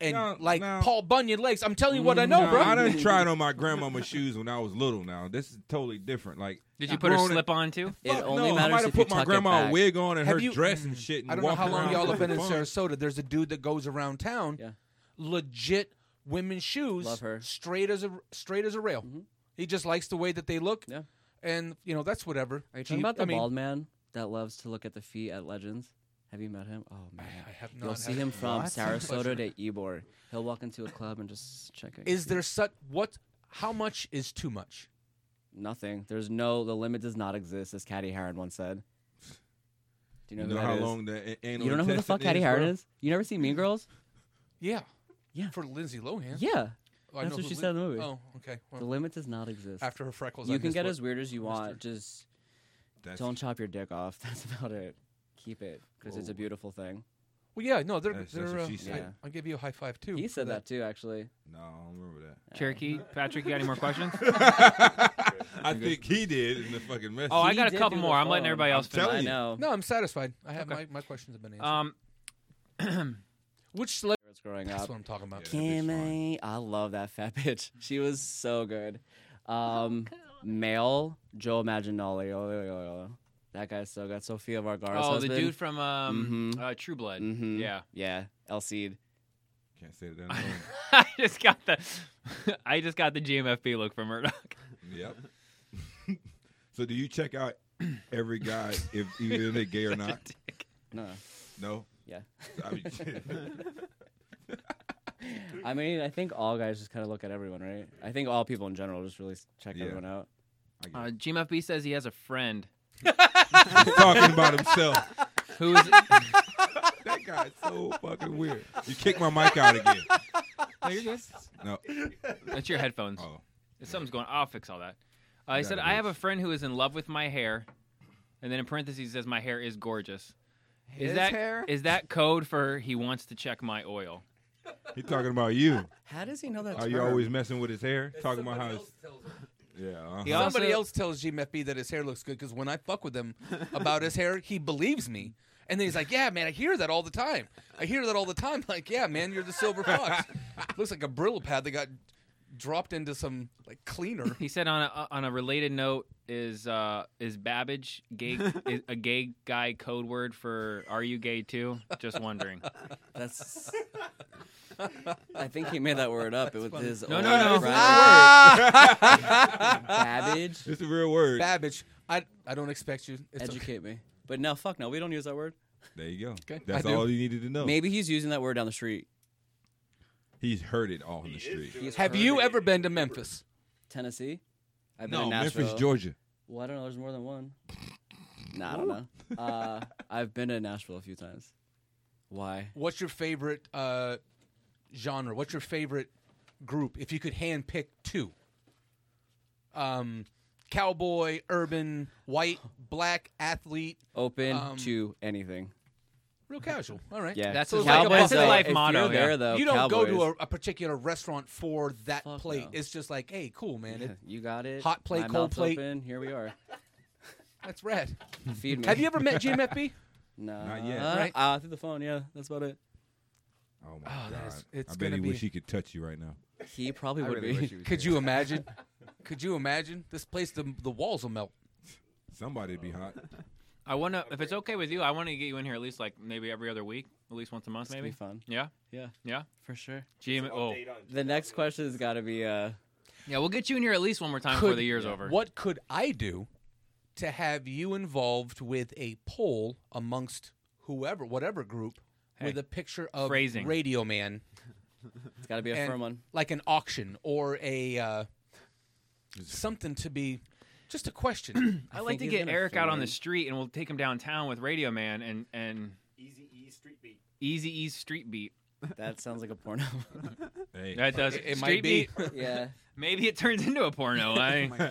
and No, like no. Paul Bunyan legs. I'm telling you what I know, No, bro. I done tried on my grandmama's shoes when I was little. Now this is totally different. Like, Did you put her grown- slip on too? it Fuck only no, I might matters have if you put my tuck it grandma back. wig on and Have her you- Mm. dress and shit. And I don't know walk how long around y'all have looking been in fun. Sarasota. There's a dude that goes around town. Yeah. Legit women's shoes. Love her. Mm-hmm. Straight as a straight as a rail. He just likes the way that they look. Yeah. And you know that's whatever. Are you talking Cheap- about the I mean, bald man that loves to look at the feet at Legends? Have you met him? Oh man, I have you'll not see had- him from What? Sarasota to Ybor. He'll walk into a club and just check it. Is there such what? How much is too much? nothing? There's no. The limit does not exist, as Caddy Heron once said. Do you You know, know, who that how is? long that a- anal You don't know who the intestine fuck Caddy Heron bro? is? You never seen Mean Girls? Yeah. Yeah. For Lindsay Lohan. Yeah. Oh, I That's what know who she Lin- said in the movie. Oh, okay. The Well, limit does not exist. after her freckles, I you can missed get what- as weird as you want. Just That's- don't chop your dick off. That's about it. Keep it because it's a Whoa. beautiful thing. Well, yeah. No, they're. That's- they're that's what uh, she I, said. I'll give you a high five too. He for said that too, actually. No, I don't remember that. uh, Cherokee, Patrick, you got any more questions? I think he did in the fucking message. Oh, I He got a did couple do the more. I'm letting phone. everybody I'm else finish. telling I you. know. No, I'm satisfied. I have Okay. my, my questions have been Uh, answered. Um, Which celebrity? Growing That's up, what I'm talking about. Yeah. that'd be Kimmy. I love that fat bitch. She was so good. Oh, Um, male Joe Maginoli. That guy's so good. Sofia Vergara's oh, the husband. dude from um, Mhm. uh, True Blood. Mhm. Yeah. Yeah, El Cid. Can't say that. on the phone. I just got the I just got the GMFB look from Murdoch. Yep. so do you check out every guy if even if they're gay or not? No, No. yeah. I mean, I mean, I think all guys just kind of look at everyone, right? I think all people in general just really s- check Yeah. everyone out. Uh, GMFB says he has a friend he's talking about himself. who is That guy's so fucking weird. You kick my mic out again. No. that's your headphones. Oh. If something's going. I'll fix all that. Uh, he got said it, I have bitch. a friend who is in love with my hair, and then in parentheses says my hair is gorgeous. Is His that hair? is that code for he wants to check my oil? He's talking about you. How does he know that Are you term? always messing with his hair? That Talking about somebody how else his. Yeah. uh-huh. Somebody else tells GMFB that his hair looks good because when I fuck with him about his hair, he believes me. And then he's like, "Yeah, man, I hear that all the time. I hear that all the time. Like, yeah, man, you're the silver fox. looks like a Brillo pad that got dropped into some like cleaner." He said on a on a related note is uh is Babbage gay is a gay guy code word for are you gay too? Just wondering. That's I think he made that word up. It was his No, old no, no. friend. Babbage. It's a real word. Babbage. I I don't expect you. It's Educate me. But no, fuck no. We don't use that word. There you go. That's all you needed to know. Maybe he's using that word down the street. He's heard it all on the street. Have you ever been to Memphis? Tennessee? I've No, been to Memphis, Nashville. Georgia. Well, I don't know. There's more than one. Nah, I don't know. Uh, I've been to Nashville a few times. Why? What's your favorite uh, genre? What's your favorite group? If you could hand pick two, um, cowboy, urban, white, black, athlete, Open um, to anything. real casual. All right, Yeah. that's So it's like a Cowboys, buffet. though, If if motto, you're there, yeah. though, You don't go to a, Cowboys- a particular restaurant for that plate. It's just like, hey, cool, man. It- You got it. Hot plate, My cold mouth's plate. Open. Here we are. That's rad. Feed me. Have you ever met GMFB? No. Not yet. Right? Right. Uh, through the phone. Yeah, that's about it. Oh my Oh, god! that is- it's I bet gonna he wish be- he could touch you right now. He probably I would really be. wish he was Could here. you imagine? Could you imagine this place? The the walls will melt. Somebody'd be hot. I want to, if it's okay with you, I want to get you in here at least like maybe every other week, at least once a month, It's gonna maybe. be fun. Yeah. Yeah. Yeah. For sure. GM. Oh. The next question has got to be. Uh, Yeah, we'll get you in here at least one more time before Could- the year's yeah. over. What could I do to have you involved with a poll amongst whoever, whatever group, with Hey, a picture of phrasing. Radio Man? It's got to be a and- firm one. like an auction or a uh, something to be just a question. I, like to get Eric out on the street and we'll take him downtown with Radio Man and and Easy E Street Beat. Easy E's Street Beat. That sounds like a porno. Hey. That does. It- it street might be. Beat. Yeah. Maybe it turns into a porno. eh? I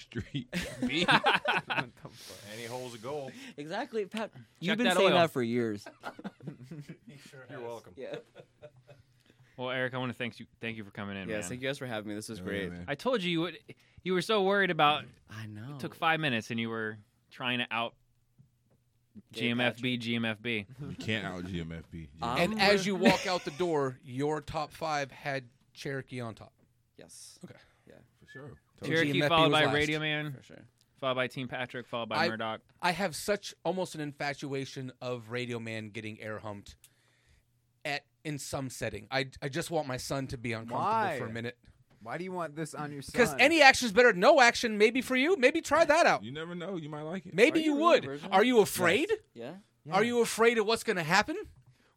Street Beat. And he holds a goal. Exactly, Pat. Check You've been that saying oil. that for years. You're welcome. Yeah. Well, Eric, I want to thank you. Thank you for coming in. Yes, man. thank you guys for having me. This was great. I told you you would, you were so worried about. Oh. I know. It took five minutes, and you were trying to out Gay GMFB GMFB. You can't out GMFB. and as you walk out the door, your top five had Cherokee on top. Yes. Okay. Yeah. For sure. And Cherokee GMFB followed E was by last. Radio Man, For sure. followed by Team Patrick, followed by I- Murdoch. I have such almost an infatuation of Radio Man getting air humped at in some setting. I, I just want my son to be uncomfortable Why? for a minute. Why do you want this on your son? Because any action is better than no action. Maybe for you, maybe try that out. You never know. You might like it. Maybe Are you you would. really, Virgil? Are you afraid? Yeah. Are you afraid of what's going to happen?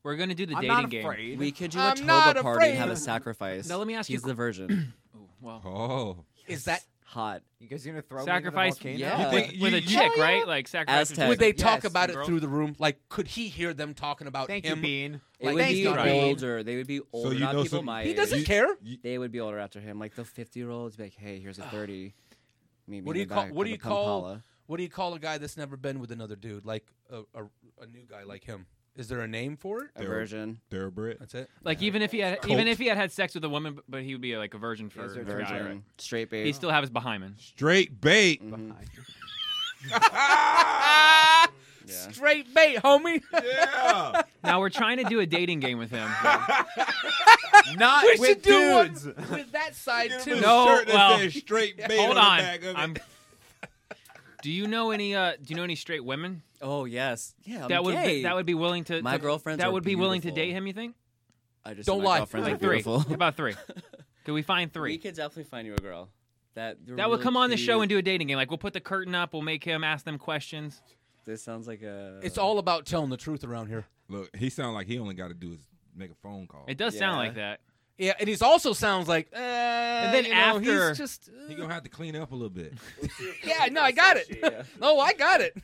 We're gonna do the I'm dating not game. afraid. We could do I'm a not toga party and have a afraid. sacrifice. Now let me ask you He's the virgin. Well, Oh. Is that Hot. You guys gonna throw sacrifice me into the yeah. volcano? You with, think- with a you- chick, yeah. right? Like sacrifice. Aztec. Would they talk Yes, about it girl. through the room? Like, could he hear them talking about Thank you, him? Bean. It Like, would thank be you, Bean. older. They would be older. you not know people some- my He age. doesn't care. They would be older after him. Like the 50 year olds, be like, hey, here's a 30. Meet me What do in you the call? back What of do the you call? Kampala. What do you call a guy that's never been with another dude, like a, a, a new guy like him? Is there a name for it? A virgin. Thoroughbred. That's it. Like even if he had Cult. even if he had had sex with a woman, b- but he would be like a virgin for Yes, or for a guy, right? Virgin. Straight baby. He still have his behind Straight bait. Yeah. Ah, Straight bait, homie. Yeah. Now we're trying to do a dating game with him. Not we with should do one dudes. with that side Give him too. a No, shirt that well, says straight bait on. Hold on. The back of it. I'm, do you know any? Uh, do you know any straight women Oh, yes. Yeah. I'm that would gay. be, that would be willing to? My to- girlfriends that are would be willing to beautiful. date him. You think? I just Don't my lie. girlfriends are like three. beautiful. About three. Could we find three? We could definitely find you a girl. That that would come on the show and do a dating game. Like we'll put the curtain up. We'll make him ask them questions. This sounds like a. It's all about telling the truth around here. Look, he sound like he only got to do is make a phone call. It does sound Oh, Yeah. like that. Yeah, and he's also sounds like. Uh, and then you know, after- he's just. uh, He gonna have to clean up a little bit. yeah, no, I got it. No, I got it.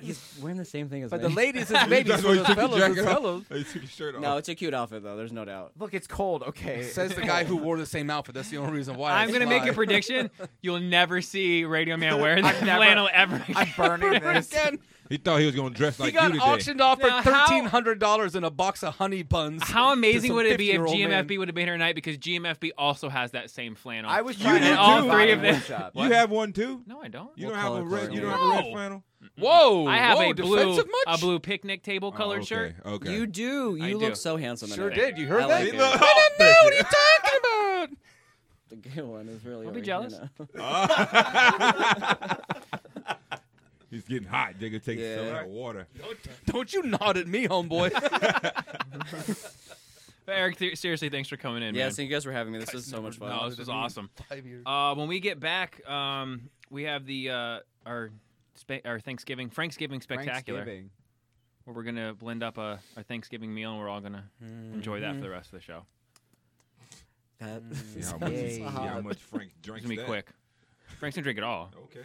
He's wearing the same thing as But me. the ladies is ladies That's for why he the took fellas his is jacket off. fellows. He took his shirt off. No, it's a cute outfit though. There's no doubt. Look, it's cold. Okay. Says the guy who wore the same outfit. That's the only reason why. I'm I gonna make smiled. a prediction. You'll never see Radio Man wear that flannel ever. I'm burning Never this. again. He thought he was going to dress He like you got today. auctioned off for Now, how- thirteen hundred dollars in a box of honey buns. How to amazing some would it be if 50-year-old GMFB man. would have been here tonight because GMFB also has that same flannel. I was You trying and to all do three a of them. body workshop. What? You have one too? No, I don't. You don't have a red. You don't have a red flannel. Whoa! I have whoa, a blue, defensive a much? blue picnic table colored okay, shirt. okay. You do. I You look do. so handsome. in Sure it. did. You heard I that? like I it. didn't know what you're talking about. The good one is really. I'll be over here jealous. now. He's getting hot. Nigga, take Yeah. some of that water. Don't you nod at me, homeboy. But Eric, th- seriously, thanks for coming in. yes, man. thank you guys for having me. This is so much fun. No, this is awesome. Five years. Uh, when we get back, um, we have the uh, our spa- our Thanksgiving Thanksgiving spectacular, Thanksgiving. where we're gonna blend up a, a Thanksgiving meal and we're all gonna enjoy that for the rest of the show. That See how much, sounds see how hot. much Frank It's drinks. gonna be that. quick. Frank's gonna drink it all. Okay.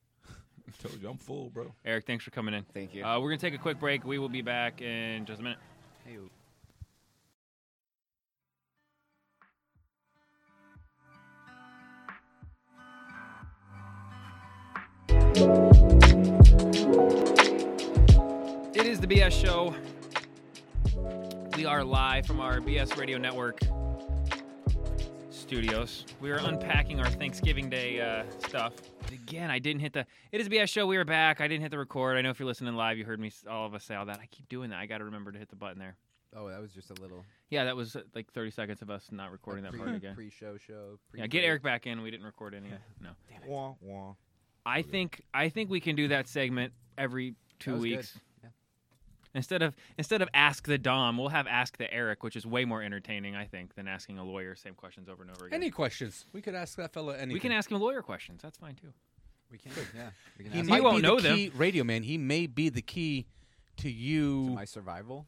Told you I'm full, bro. Eric, thanks for coming in. Thank you. Uh, we're gonna take a quick break. We will be back in just a minute. It is the BS Show. We are live from our BS Radio Network studios. We are unpacking our Thanksgiving Day uh, stuff. Again, I didn't hit the. It is the BS Show. We are back. I didn't hit the record. I know if you're listening live, you heard me, s- all of us say all that. I keep doing that. I got to remember to hit the button there. Oh, that was just a little Yeah, that was uh, like 30 seconds of us not recording that part pre- again. pre-show show. Pre- Yeah, get Eric back in. We didn't record any. No. Wah, wah. I think I think we can do that segment every two was good. weeks. Instead of instead of ask the Dom, we'll have ask the Eric, which is way more entertaining, I think, than asking a lawyer same questions over and over again. Any questions? We could ask that fella anything. we can ask him lawyer questions. That's fine too. We can, yeah. We can He ask might him won't be know the them. key, radio man. He may be the key to you my survival.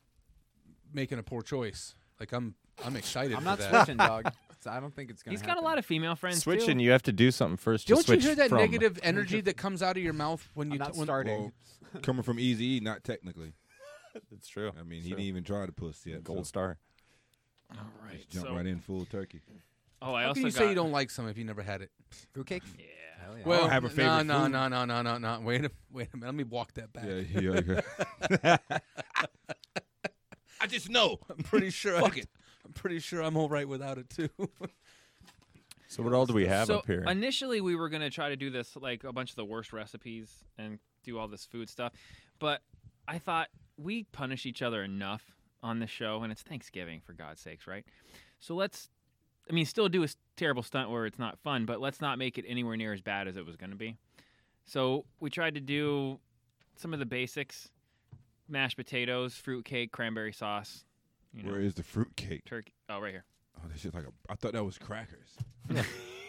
making a poor choice. Like I'm, I'm excited. I'm for not that. switching, dog. So I don't think it's gonna. He's happen. got a lot of female friends too. Switching, you have to do something first. to Don't you switch hear that from. negative energy that comes out of your mouth when you I'm not t- when, starting. Well, coming from Easy E, not technically. It's true. I mean, he didn't even try to puss yet. Gold so star. All right. Just jump so- right in full turkey. Oh, I How also can you got, say you don't like some if you never had it? fruitcake. Yeah. Hell yeah. Well, have a no, favorite no, food. no, no, no, no, no. Wait a, wait a minute. Let me walk that back. Yeah, yeah. okay. I just know. I'm pretty sure. I, Fuck it. I'm pretty sure I'm all right without it too. So what all do we have so up here? initially we were going to try to do this like a bunch of the worst recipes and do all this food stuff, but I thought we punish each other enough on the show and it's Thanksgiving for God's sakes, right? So let's I mean still do a s- terrible stunt where it's not fun, but let's not make it anywhere near as bad as it was going to be. So we tried to do some of the basics, mashed potatoes, fruitcake, cranberry sauce, you know, Where is the fruitcake? turkey. Oh, right here. Oh, this shit's like a. I thought that was crackers.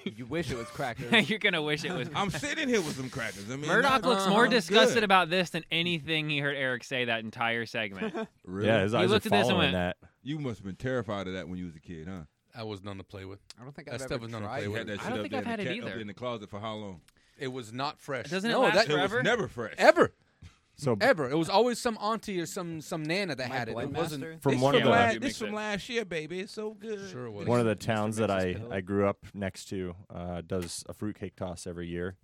You wish it was crackers. You're going to wish it was I'm sitting here with some crackers. I mean, Murdoch not- looks more I'm good. disgusted about this than anything he heard Eric say that entire segment. Really? Yeah, his He eyes looked are at this and following went, that. You must have been terrified of that when you was a kid, huh? I was none to play with. I don't think That I've stuff ever was tried. not a You flavor. had that I shit don't up think there I've in had the it ca- up either. there in the closet for how long? It was not fresh. Doesn't it no, last that, It Forever? was never fresh. Ever, So ever. It was always some auntie or some some nana that My had it. It blend wasn't. master? from This one of from the last- la- You this make from that. last year, baby. It's so good. Sure was. one of the towns that I, Pillow. I grew up next to uh, does a fruitcake toss every year.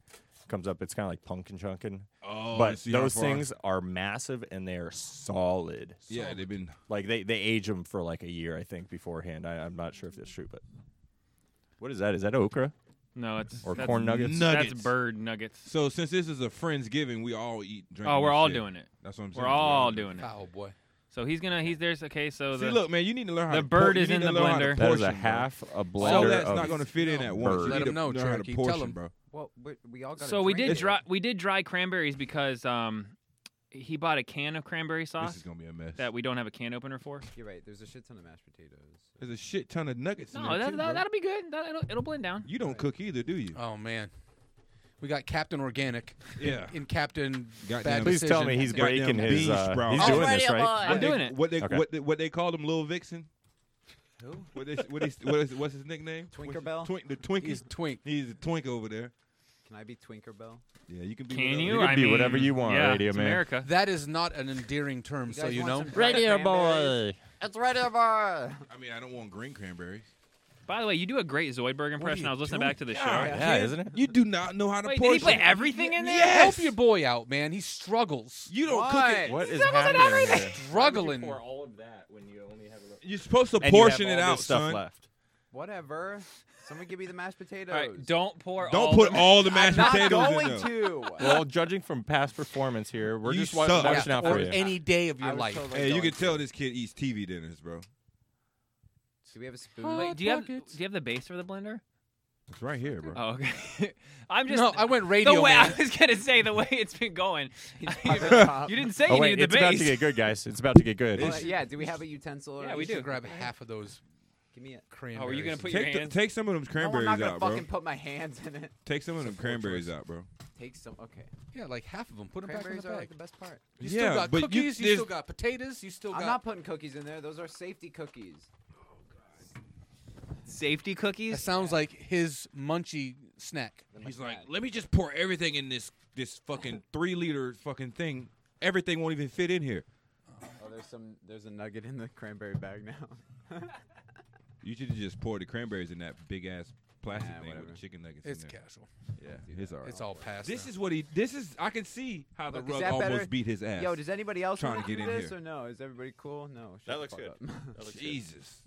Comes up, it's kind of like pumpkin chunkin', Oh, but see how those far- things are massive and they are solid. Yeah, they've been. like they they age them for like a year, I think, beforehand. I, I'm not sure if that's true, but what is that? Is that okra no, it's or that's, corn nuggets? nut- That's Nuggets. bird nuggets. So since this is a friendsgiving, we all eat. Drink Oh, we're this all shit. doing it. That's what I'm saying. We're all doing it. Foul boy. So he's gonna he's there's okay. So See, the look, man, you need to learn how the to bird por- is you in need to the learn how to blender. that is a portion, bro. half a blender. All that's of not going to fit in at once. bird. You Let need 'em to know, how to Cherokee. Tell portion, 'em. bro. Well, we, we all got. so we did drop. dry we did dry cranberries because um he bought a can of cranberry This sauce is going to be a mess. that we don't have a can opener for. You're right. There's a shit ton of mashed potatoes. There's a shit ton of nuggets in No, there, that, too, that, bro. that'll be good. That, it'll, it'll blend down. You don't cook either, do you? Oh man, we got Captain Organic. Yeah. In Captain Goddamn- Bad Please tell me Decision. he's Goddamn breaking his. bean Uh, sprout. he's doing Alrighty, this right. I'm What doing they- it. What they Okay. what they, what they called him, Little Vixen. Who? What they, what is, what is, what's his nickname? Twinkerbell? Twink, the Twinkie. He's Twink. He's a twink over there. Can I be Twinkerbell? Yeah, you can be. Can whatever. you? You can I be mean, whatever you want, yeah, Radio it's Man. America. That is not an endearing term, so guys you want know. some dried cranberries? boy. It's radio boy. I mean, I don't want green cranberries. By the way, you do a great Zoidberg impression. I was listening back to the show. kid, You do not know how to Wait, pour did he play some- everything in there? Yes. Help your boy out, man. He struggles. You don't cook it. What He is struggles at happening everything. here? Struggling. You're supposed to And you have portion all it this out, stuff son. left. Whatever. Someone give me the mashed potatoes. don't pour. Don't all put the- all the mashed I'm potatoes not in going there. to. Well, judging from past performance here, we're You just wa- suck. watching out for Or you. any day of your life. hey, you can tell this kid eats TV dinners, bro. Do we have a spoon? Wait, do you have do you have the base for the blender? It's right here, bro. Oh, okay. I'm just. No, I went radio, The way man. I was gonna say the way it's been going. up. you didn't say oh you wait, needed it's the about base. to get good, guys. It's about to get good. Well, yeah, do we have a utensil? Yeah, or we anything? do. Grab half of those Give me it. cranberries. Oh, are you gonna put Take, your the- hands? take some of them cranberries no, I'm not gonna out, bro. fucking put my hands in it. Take some of them cranberries out, bro. Take some. Okay. Yeah, like half of them. Put them back in the Cranberries bag. are like the best part. You Yeah, still got but you- cookies. You, there's- still got potatoes. You still I'm got. not putting cookies in there. Those are safety cookies. Safety That cookies. sounds like his munchy snack. He's like, let me just pour everything in this this fucking three liter fucking thing. Everything won't even fit in here. Oh, there's some. There's a nugget in the cranberry bag now. You should have just poured the cranberries in that big ass plastic Nah, thing with whatever. the chicken nuggets It's in there. casual. Yeah, it's all right. It's all pasta. This is what he. This is. I can see how the Look, is rug that almost better? beat his ass. Yo, does anybody else trying to wanna get do in this here. or no? Is everybody cool? No. shut That the looks fuck good. up. Jesus,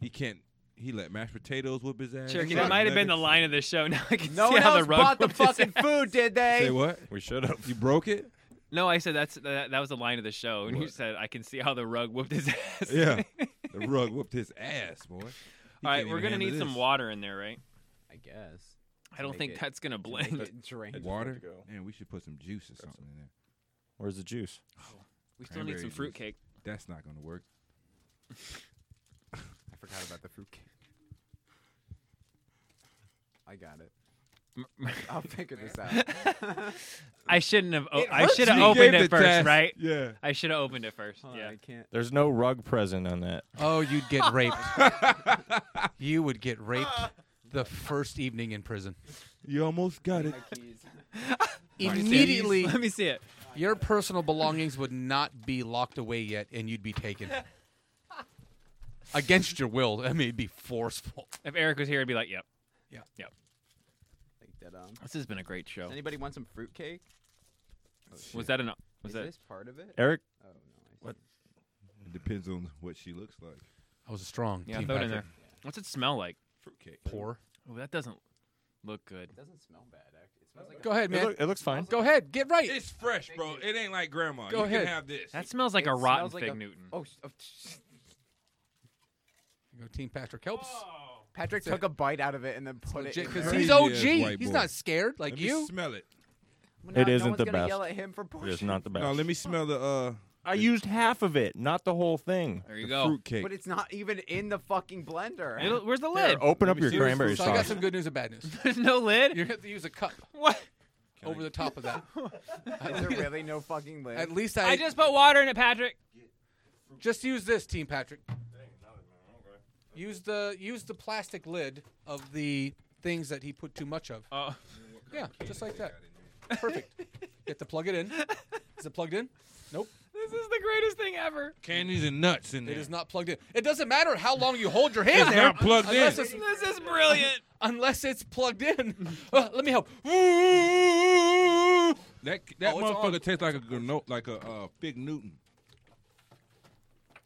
he can't. He let mashed potatoes whip his ass. Cherokee, Chicken that might have been the nuggets. line of the show. Now I can no see one how else the rug bought the whipped his fucking ass. food, did they? Say what? We should have. You broke it? No, I said that's that, that was the line of the show, and you said I can see how the rug whooped his ass. Yeah. the rug whooped his ass, boy. All All right, we're gonna need some water in there, right? I guess. I don't Make think it- that's gonna make blend. it drain. Water? Man, we should put some juice or something in there. Where's the juice? We still need Cranberry some juice. fruitcake. That's not gonna work. I forgot about the fruitcake. I got it. I'll figure this out. I shouldn't have. O- It I hurts should have me. opened Gave it the first, test. right? Yeah. I should have opened it first. Hold on, yeah. Oh, I can't. There's no rug present on that. Oh, you'd get raped. you would get raped the first evening in prison. You almost got it. Immediately, Let me see it. your personal belongings would not be locked away yet, and you'd be taken against your will. I mean, it'd be forceful. If Eric was here, he'd be like, "Yep, Yeah. yep." Like that, um, This has been a great show. does anybody want some fruitcake? Oh, Was that an? Was Is that? this part of it? Eric, Oh no. I What? It depends on what she looks like. I was a strong Yeah, team throw it in Patrick. there. What's it smell like? Fruitcake. Poor. Oh, that doesn't look good. It doesn't smell bad. Actually. It smells like Go ahead, it, man. look, it looks fine. Go ahead. Get right. It's fresh, bro. It ain't like grandma. Go you ahead. can have this. That smells like It a rotten smells like fig a- Newton. Oh, sh- oh, sh- Go, Team Patrick helps. Patrick took a bite out of it and then put it. in Because there. Crazy he's ass OG. white He's boy. not scared like Let you. Me smell it. Well, It no isn't one's the gonna best. Yell at him for It is portion. not the best. No, let me smell the uh. I used half of it, not the whole thing. there The you go. fruitcake. But it's not even in the fucking blender. It'll- where's the Here, lid? open up your see. cranberry So I got sauce. some good news and bad news. There's no You're lid. gonna have to use a cup What? over the top of that. Is there really no fucking lid? At least I, I just put water in it, Patrick. just use this, Team Patrick. Use the use the plastic lid of the things that he put too much of. Oh, Yeah, just like that. Perfect. You have to plug it in. Is it plugged in? Nope. this is the greatest thing ever. candies and nuts in there. It is not plugged in. It doesn't matter how long you hold your hand It's there. not plugged unless in. It's, This is brilliant. unless it's plugged in. Uh, let me help. Ooh. That that Oh, it's motherfucker on. tastes like a granola, like a uh, fig Newton.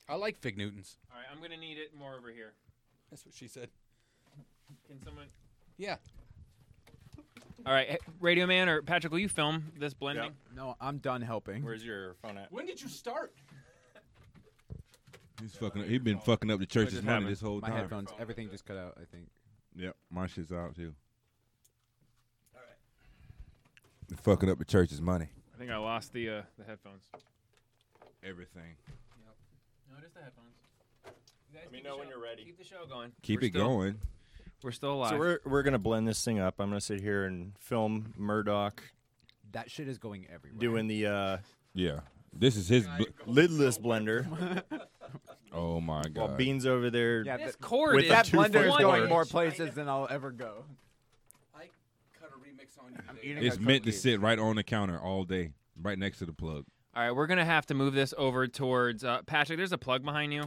I like fig Newtons. All right, I'm gonna need it more over here. That's what she said. Can someone? Yeah. All right, hey, Radio Man or Patrick, will you film this blending? no, I'm done helping. Where's your phone at? When did you start? He's fucking. Up. He been fucking up the church's just money happened? this whole My time. headphones, everything just cut out. I think. Yep, my shit's out too. They're Fucking up the church's money. I think I lost the uh, the headphones. Everything. No, it is the headphones. Let me keep the know when show- you're ready. keep the show going. Keep it going. We're still alive. So we're we're gonna blend this thing up. I'm gonna sit here and film Murdoch That shit is going everywhere. doing the uh, Yeah, this is his. Bl- lidless blender oh my god. while Beans over there. Yeah, this that, cord With is the that two blender is foot going cord. more places than I'll ever go. I cut a remix on you. eating It's a meant to cookie. sit right on the counter all day, right next to the plug. All right, we're gonna have to move this over towards uh, Patrick. There's a plug behind you.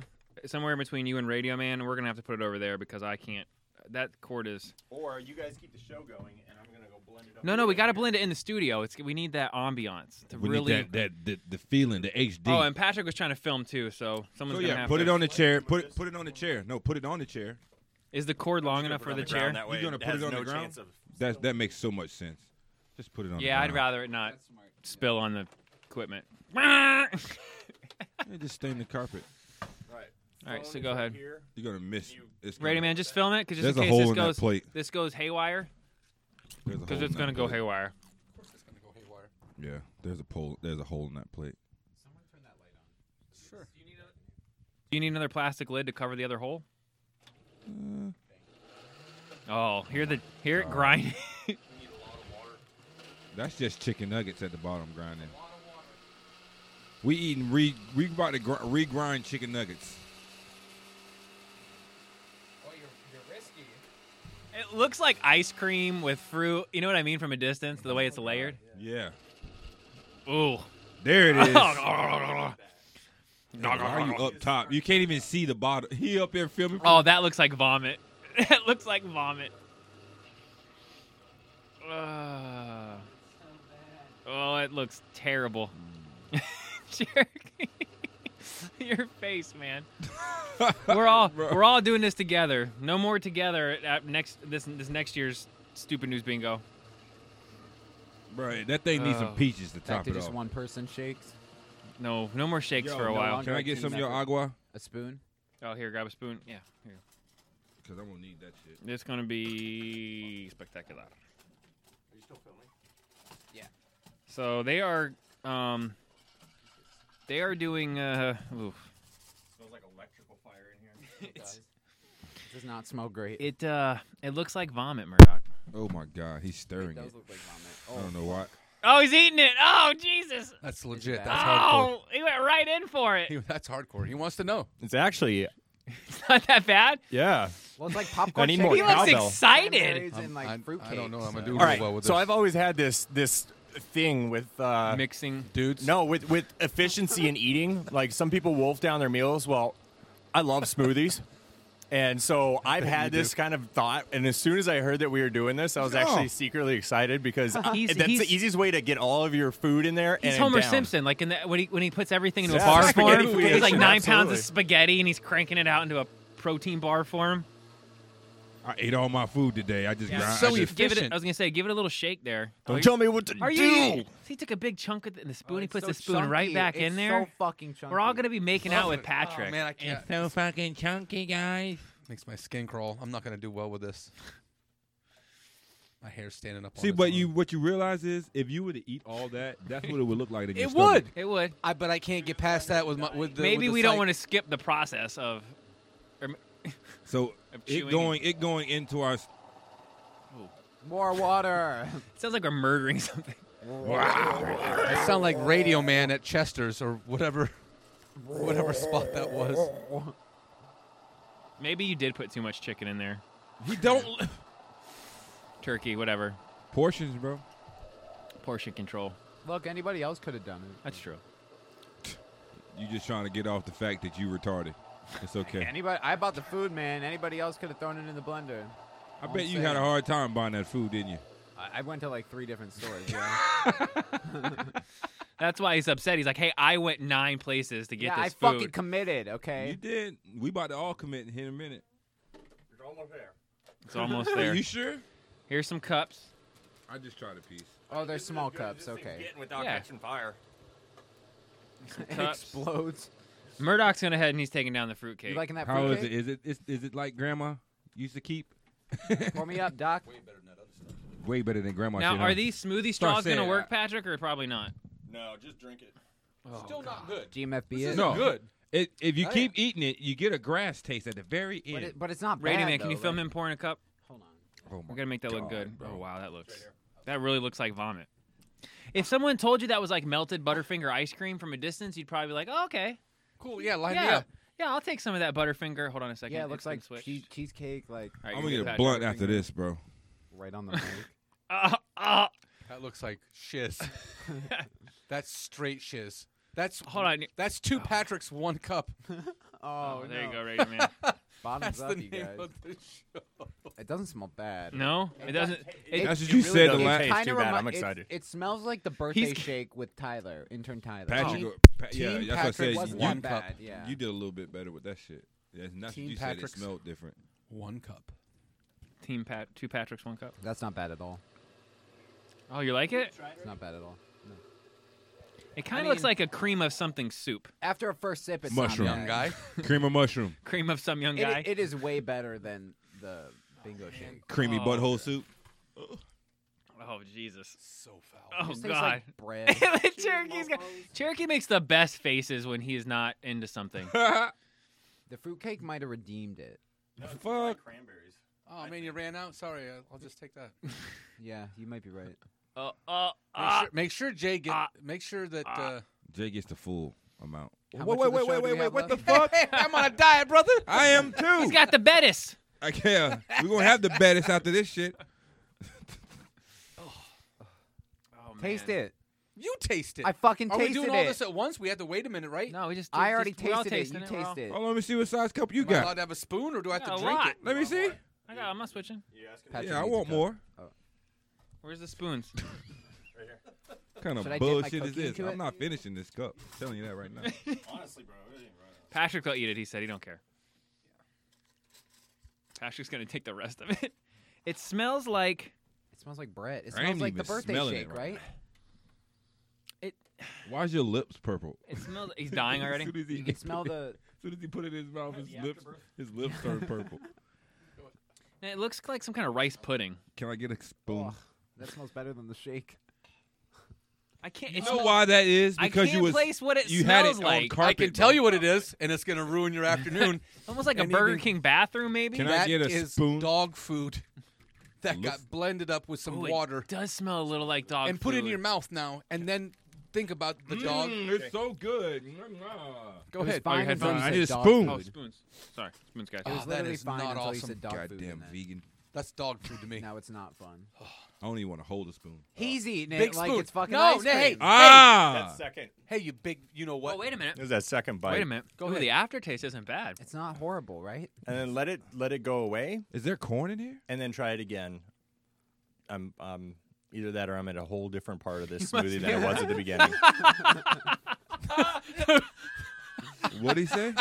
somewhere in between you and Radio Man, we're gonna have to put it over there because I can't. That chord is. Or you guys keep the show going, and I'm gonna go blend it up. No, no, we got to blend it in the studio. It's we need that ambiance to We need really. that, that the, the feeling, the HD. Oh, and Patrick was trying to film too, so someone's so gonna yeah, have put to. it on the chair. Put it put it on the chair. No, put it on the chair. Is the cord long gonna enough put it for on the, the chair? ground that way. You're gonna It put has it on no the ground. chance of That that makes so much sense. Just put it on. Yeah, the I'd ground. rather it not spill on the equipment. Yeah, just stain the carpet. Right. All right, so go ahead. You're gonna miss. It's Radio gonna- man, just film it because There's just a in case hole this in that goes plate. this goes haywire. There's a hole Because it's in gonna that go plate. haywire. Yeah, there's a pole. There's a hole in that plate. Sure. Do you need another plastic lid to cover the other hole? Mm. oh, hear the hear it grind. That's just chicken nuggets at the bottom grinding. We eating re we about to gr- regrind chicken nuggets. it looks like ice cream with fruit. You know what I mean from a distance, the way it's layered. Yeah. Ooh. There it is. Oh, Why are you up top? You can't even see the bottom. He up there filming. Oh, that looks like vomit. it looks like vomit. Uh, oh, it looks terrible. Jerky. Your face, man. we're all we're all doing this together. No more together at next this this next year's stupid news bingo. Bro, that thing needs Oh. some peaches to Back top to it just off. one person shakes. No, no more shakes Yo, for a no while. longer a team effort. A spoon. Oh, here, grab a spoon. Yeah, here. Because I'm gonna need that shit. It's gonna be spectacular. Are you still filming? So they are, um, they are doing. Uh, oof. Smells like electrical fire in It does not smell great. It uh, it looks like vomit, Murdoch. Oh my god, he's stirring does it. look like vomit. I don't know why. Oh, he's eating it. Oh, Jesus. That's legit. That's hardcore. Oh, he went right in for it. He, that's hardcore. He wants to know. It's actually It's not that bad. yeah. Well, it's like popcorn. I need more chicken. He looks cowbell. excited. And like fruitcake. gonna All right. so I've always had this this thing with uh, mixing dudes. No, with with efficiency in eating. Like some people wolf down their meals. Well, I love smoothies. And so I've had you this kind of thought, and as soon as I heard that we were doing this, I was Oh. actually secretly excited because I- Uh, He's- that's he's- the easiest way to get all of your food in there. He's and Homer down. Simpson, like in the, when he when he puts everything into Yeah. a bar Spaghetti form. creation, He's like nine pounds absolutely. of spaghetti and he's cranking it out into a protein bar form. I ate all my food today. I just grind. I just- give it. a- I was gonna say, give it a little shake there. Don't tell me what to Are do. You, he took a big chunk of the, and the spoon. he puts so the spoon right chunky. back It's in there. so fucking chunky. We're all gonna be making out with Oh, Patrick. man, I can't. It's so fucking chunky, guys. Makes my skin crawl. I'm not going to do well with this. My hair's standing up. See, on but you what you realize is if you were to eat all that, that's what it would look like. In your It stomach. would. It would. I but I can't get past that with my with the. Maybe we don't want to skip the process of. or m- So Of it chewing. going it going into our. s- More water. sounds like we're murdering something. to. I sound like Radio Man at Chester's or whatever, whatever spot that was. Maybe you did put too much chicken in there. You don't. Turkey, whatever. Portions, bro. Portion control. Look, anybody else could have done it. That's true. You just trying to get off the fact that you retarded. It's okay. Anybody? I bought the food, man. Anybody else could have thrown it in the blender. I All bet I'm you had a saying. hard time buying that food, didn't you? I, I went to like three different stores. Yeah. That's why he's upset. He's like, "Hey, I went nine places to get yeah, I this food." fucking committed. Okay. You did. We about to all commit in a minute. It's almost there. it's almost there. You sure? Here's some cups. I just tried a piece. oh, they're small cups. Okay. without Yeah. catching fire. It cups. explodes. Murdoch's going ahead and he's taking down the fruitcake. You liking that How is fruitcake? it? Is it is, is it like Grandma used to keep? Pour me up, Doc. Way better than Grandma. now, shit, are huh? these smoothie Start straws going to saying work, Patrick, or probably not? No, just drink it. Still not good. GMFB This is isn't No. good. It, if you Oh, keep eating it, you get a grass taste at the very end. But, it, but it's not Radio bad. man, can you though, film like- him pouring a cup? oh my We're going to make that look God, good. bro. Oh, wow, that looks. That really looks like vomit. If someone told you that was like melted Butterfinger ice cream from a distance, you'd probably be like, oh, okay. Cool. Yeah, line me yeah. up. Yeah, I'll take some of that Butterfinger. Hold on a second. Yeah, it It's looks been like switched. cheese, cheesecake, like All right, I'm gonna you can get a Patrick. blunt after this, bro. right on the mic. Uh, Ah, ah. That looks like shiz. that's straight shiz. That's Hold on. That's two Patrick's one cup. Oh, there you no. go, Raider Man. Bottoms up, you guys. the show. It doesn't smell bad. No, it doesn't- That's what you said the last- it kinda Tastes too bad. remi- I'm it's- excited. It smells like the birthday shake with Tyler, intern Tyler. Patrick, Team- or- Pa- yeah, Team that's what I Patrick said. was you, one you- bad. Yeah. you did a little bit better with that shit. That's not Team you Patrick's- said. It smelled different. One cup. Team Pat, two Patricks, one cup. That's not bad at all. Oh, you like it? It's not bad at all. No. It kind of mean- looks like a cream of something soup. After a first sip, it's Mushroom. not bad. Cream of mushroom. Cream of some young It- guy. it is way better than the bingo shake. Creamy Oh. butthole soup. oh Jesus! So foul. Oh Just tastes God! like bread. The Cherokee's got- Cherokee makes the best faces when he is not into something. The fruitcake might have redeemed it. Fuck. Cranberries. Oh man, you ran out. Sorry, I- I'll just take that. Yeah, you might be right. Uh, uh, Make uh. sure, make sure Jay get. make sure that. Uh, Jay gets the full amount. How wait, much wait, of the wait, show wait, do we wait, wait. have What the left? fuck? I'm on a diet, brother. I am too. He's got the Bettis. I can't. We're gonna have the baddest after this shit. Oh, man. Taste it. You taste it. I fucking Are we tasted doing all it. this at once? We had to wait a minute, right? No, we just. I just- already we all tasted it. You tasting we're all- tasted it. Hold on, Oh, let me see what size cup you Am I allowed got. to have a spoon, or do I have Yeah, to a drink lot. it? Let me see. I got. I'm not switching. Patrick Yeah, I needs a want cup. more. Where's the spoons? What kind Should I dip my of bullshit cookie is this? into it? I'm not finishing this cup. I'm telling you that right now. Honestly, bro, it ain't right. Patrick will eat it. He said he don't care. Patrick's gonna take the rest of it. It smells like It smells like bread. It I ain't smells like the even birthday smelling it shake, right right? it. Why's your lips purple? It smells. He's dying already. as soon as he, You can smell the. as soon as he put it in his mouth, his lips, his lips turn purple. It looks like some kind of rice pudding. Can I get a spoon? That smells better than the shake. I can't. You it know smells- why that is? I Because you can't was place what it you had it smells on like. I I carpet, can bro. tell you what it is, and it's gonna ruin your afternoon. Almost like a And Burger even- King bathroom, maybe. Can I That get a is spoon? dog food that Looks- got blended up with some Ooh, it water does smell a little like dog and put food. in your mouth now, and then think about the dog. Mm, it's so good. Go ahead. Oh, fine your until you headphones. I said need a dog spoon. Oh, food. spoons. Sorry, spoons, guys. Oh, It was that literally is fine not until you awesome. said dog food. Goddamn and then- vegan. That's dog food to me. Now it's not fun. I don't even want to hold a spoon. He's eating it Big like spoon. it's fucking No, ice no, hey. cream. Ah, That second. Hey, you big. You know what? Oh, wait a minute. There's that second bite. Wait a minute. Go Ooh, ahead. The aftertaste isn't bad. It's not horrible, right? And then let it let it go away, is there corn in here? and then try it again. I'm um either that or I'm at a whole different part of this must smoothie be- than I was at the beginning. What would he say?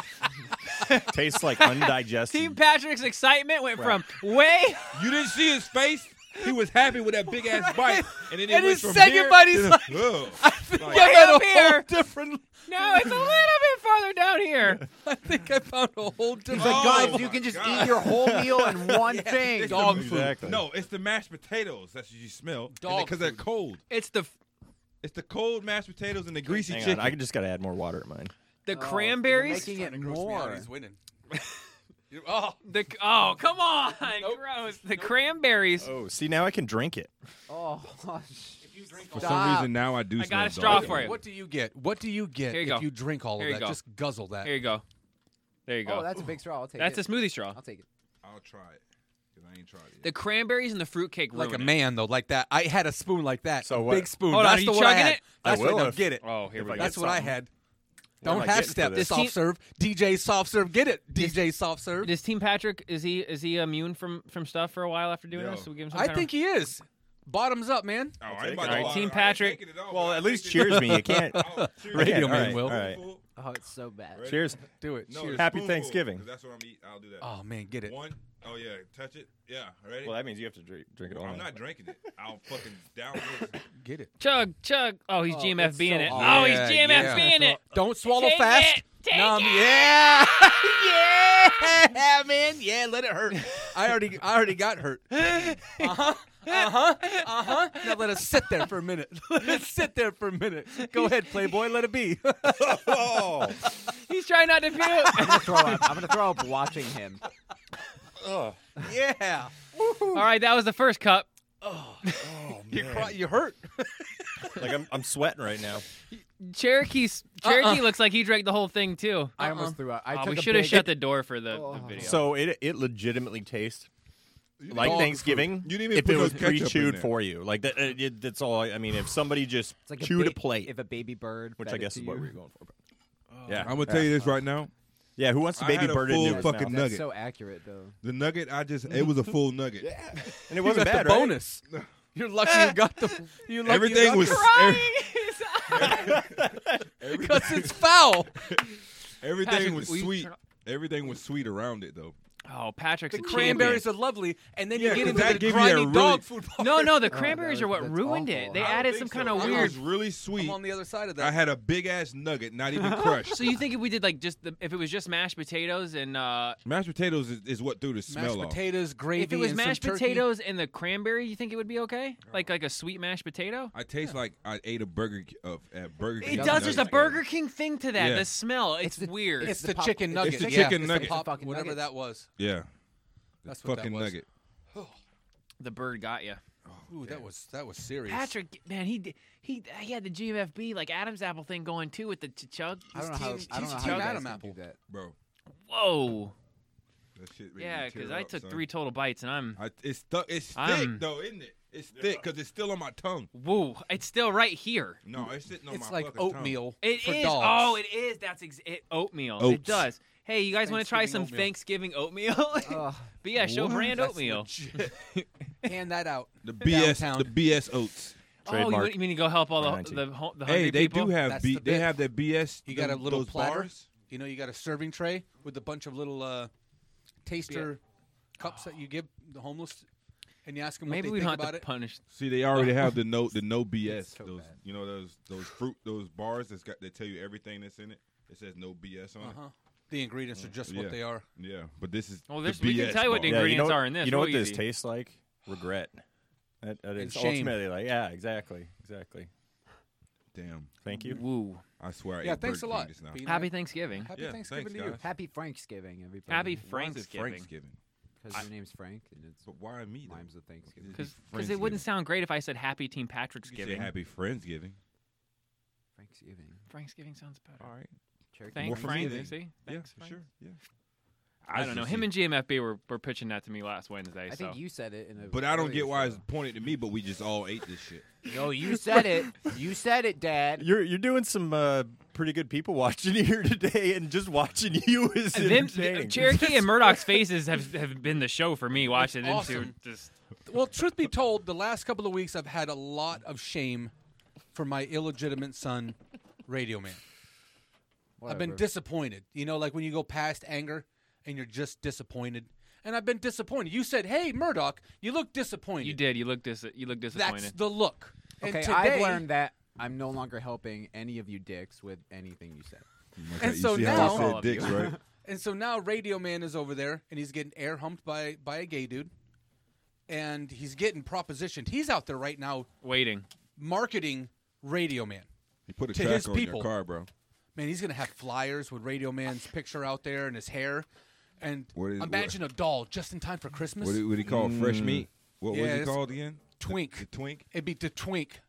Tastes like undigested. Team Patrick's excitement went from way you didn't see his face. He was happy with that big ass bite, and then it And went his from second here bite, he's to- like- Ugh. I'm Way at up a here. whole different. no, it's a little bit farther down here. I think I found a whole different. like, Guys, Oh you my can just God. eat your whole meal in one thing. It's the- Dog Exactly. No, it's the mashed potatoes that you smell. Dog because they're food. cold. It's the It's the cold mashed potatoes and the greasy Hang chicken. on, I just gotta add more water at mine. the Oh, cranberries. You're making it gross me out. more. He's winning. You- oh, The oh, come on, gross. The cranberries. Oh, see now I can drink it. Oh, For Stop. some reason now I do. I got smell a straw dog for food. it. what do you get? What do you get Here you if go. you drink all Here you of that? go. Just guzzle that. There you go. There you go. oh, that's a big straw. I'll take That's a it. smoothie straw. I'll take it. I'll try it. 'cause I ain't tried it. The cranberries and the fruitcake Like a ruin it. man though, like that. I had a spoon like that. So a what- big spoon. Hold on, That's are the you one I chugging had. it? That's I what will now if- get it. Oh, here If we I go. get That's what I something. had. What am Don't I half getting for step this? soft serve. DJ soft serve, get it. DJ soft serve. Does Team Patrick is he is he immune from from stuff for a while after doing No. this? So we give him some I kind of- think he is. Bottoms up, man. Oh, I take ain't it. about to All right, lie. Team I ain't Patrick. taking it off, Well, but I at least think cheers it- me. You can't. Oh, cheers. Radio all man right, will. All right. Oh, it's so bad. Ready? Cheers. Do it. No, Cheers. it's Happy spoonful, Thanksgiving. 'cause That's what I'm eat. I'll do that. Oh man, get it. One. Oh yeah. Touch it. Yeah. Ready? Well, that means you have to drink, drink it all. I'm now. not drinking it. I'll fucking down this. Get it. Chug, chug. Oh, he's Oh, it's GMF being so it. hard. Oh, he's GMF being it. Don't swallow Take fast. it. Take Nom- it. Yeah. yeah, man. Yeah, let it hurt. I already I already got hurt. Uh-huh. Uh-huh. Uh-huh. Now let us sit there for a minute. Let us sit there for a minute. Go ahead, Playboy. Let it be. Oh, He's trying not to I'm puke. gonna throw up. I'm gonna throw up watching him. Oh. yeah. All right, that was the first cup. You cry, you hurt. like I'm, I'm sweating right now. Cherokee's Cherokee looks like he drank the whole thing too. I almost threw up. I Oh, took we a should have big- shut the door for the, the video. So it it legitimately tastes like dog Thanksgiving. food. You didn't even if put it no was ketchup in pre-chewed there. for you, like that. uh, it- that's all. I, I mean, if somebody just It's like chewed a, ba- plate, If a baby bird, which fed I it guess to is what you. we were going for. but- yeah, I'm gonna tell you this right now. Yeah, who wants to Oh. I baby had a bird full into his fucking mouth? nugget? That's so accurate, though. The nugget, I just it was a full nugget. Yeah. And it wasn't got bad, the right? bonus. You're lucky you got the. You're lucky Everything you was- because it's foul. Everything Patrick, was will you sweet. turn up- Everything was sweet around it though. Oh, Patrick's The a cranberries are champion. lovely, and then you Yeah, 'cause get into that the gave me a grimy really- dog food. Bar. No, no, the cranberries are what ruined it. They I don't added think some so. kind of That It weird. was really sweet. I'm on the other side of that. I had a big ass nugget, not even crushed. so you think if we did like just the, if it was just mashed potatoes and uh, Mashed potatoes is, is what threw the smell off. potatoes, gravy, if it was and some mashed turkey. potatoes and the cranberry, you think it would be okay? Like like a sweet mashed potato? I taste like I ate a burger K- of at Burger King. It does. There's a nugget. Burger King thing to that. Yeah. The smell. It's, weird. It's, the, chicken nugget. It's the yeah. chicken It's nugget. pop- whatever that was. Yeah. That's The what that fucking was. nugget. The bird got you. Ooh, that was that was serious. Patrick, man, he d- he he had the GMFB like Adam's apple thing going too with the ch- chug. I don't know how. I don't know how you guys can do that. Bro. Whoa. That shit made me Yeah, tear because I up, took son. three total bites and I'm. I, it's stuck. It's thick I'm- though, isn't it? It's thick because it's still on my tongue. Whoa, it's still right here. No, it's sitting on It's my like fucking tongue. oatmeal. It is. for dogs. Oh, it is. That's ex- it, oatmeal. It Oats. does. Hey, you guys want to try some Thanksgiving Thanksgiving oatmeal? BS show What? brand That's oatmeal. legit. Hand that out. The BS. The BS oats. Oh, you, you mean to go help all the Guaranteed. the, ho- the hungry Hey, they people? do have That's B, the they bit. have that BS. You got a them- little those platter. bars. You know, you got a serving tray with a bunch of little uh, taster cups that you give the homeless, and you ask them Maybe what we they think don't have about to it. punish. See, they already have the no the no BS. those you know those those fruit those bars that's got they tell you everything that's in it. It says no BS on Uh-huh. it. The ingredients are just Yeah. what they are. Yeah, but this is Well, the there's- we can BS tell you what the bar. Yeah, you know, ingredients what- are in this You know what real this easy. tastes like? Regret. That, that And is shame. ultimately like, yeah, exactly, exactly. Damn. Thank you. Woo. I swear. I Yeah, ate thanks Burger a King lot, just now. Beano. Happy Thanksgiving. Happy Yeah, Thanksgiving thanks, to you. guys. Happy Franksgiving, everybody. Happy Why is it Thanksgiving. Thanksgiving. Because your name's Frank and it's But why me? though? rhymes with Thanksgiving. Because it wouldn't sound great if I said Happy Team Patrick's You say giving. happy Friendsgiving. Thanksgiving. Thanksgiving sounds better. All right. Cherokee Thanks, More for me Frank. then. See? Yeah, Thanks, for Frank. sure. Yeah. I don't know. just Him see- and GMFB were, were pitching that to me last Wednesday. I so. think you said it. In a But I don't earlier get why it's show. pointed to me. But we just all ate this shit. No, Oh, you said it. You said it, Dad. You're you're doing some uh, pretty good people watching here today, and just watching you is And them- entertaining. Cherokee and Murdoch's faces have, have been the show for me watching them two awesome. just Well, truth be told, the last couple of weeks I've had a lot of shame for my illegitimate son, Radio Man. I've been Whatever. disappointed. You know, like when you go past anger and you're just disappointed. And I've been disappointed. You said, "Hey, Murdoch, you look disappointed." You did. You looked dis. You looked disappointed. That's the look. And Okay, today- I've learned that I'm no longer helping any of you dicks with anything you said. And so now, said dicks, right? and so now, Radio Man is over there, and he's getting air humped by by a gay dude, and he's getting propositioned. He's out there right now Waiting. marketing Radio Man. You put a To his tracker on people. your car, bro. Man, he's gonna have flyers with Radio Man's picture out there and his hair, and What is- imagine a doll just in time for Christmas. What do, what do you call it? Mm. Fresh meat? What Yeah, was it it's called again? Twink. The twink? It'd be the twink.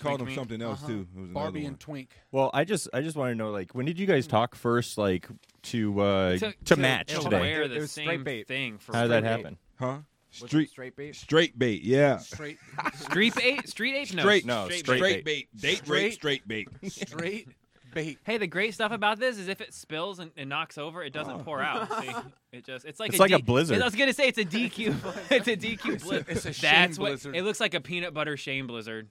Called Twink him meat. something else, Uh-huh. too. It was another Barbie one. and Twink. Well, I just I just want to know like when did you guys talk first like to uh, to, match to today? Wear the It was same straight bait. thing for How did that straight happen? Huh? it Street, straight bait? Straight bait, yeah. Straight, bait. Street eight. Street eight. No. Straight- no, Straight, Straight bait. Date rape, straight bait. straight bait. Hey, the great stuff about this is if it spills and, and knocks over, it doesn't pour out. See, it just it's like It's a like a D- blizzard. I was gonna say it's a DQ. it's a DQ blizzard. it's a shame That's what blizzard. it looks like. A peanut butter shame blizzard.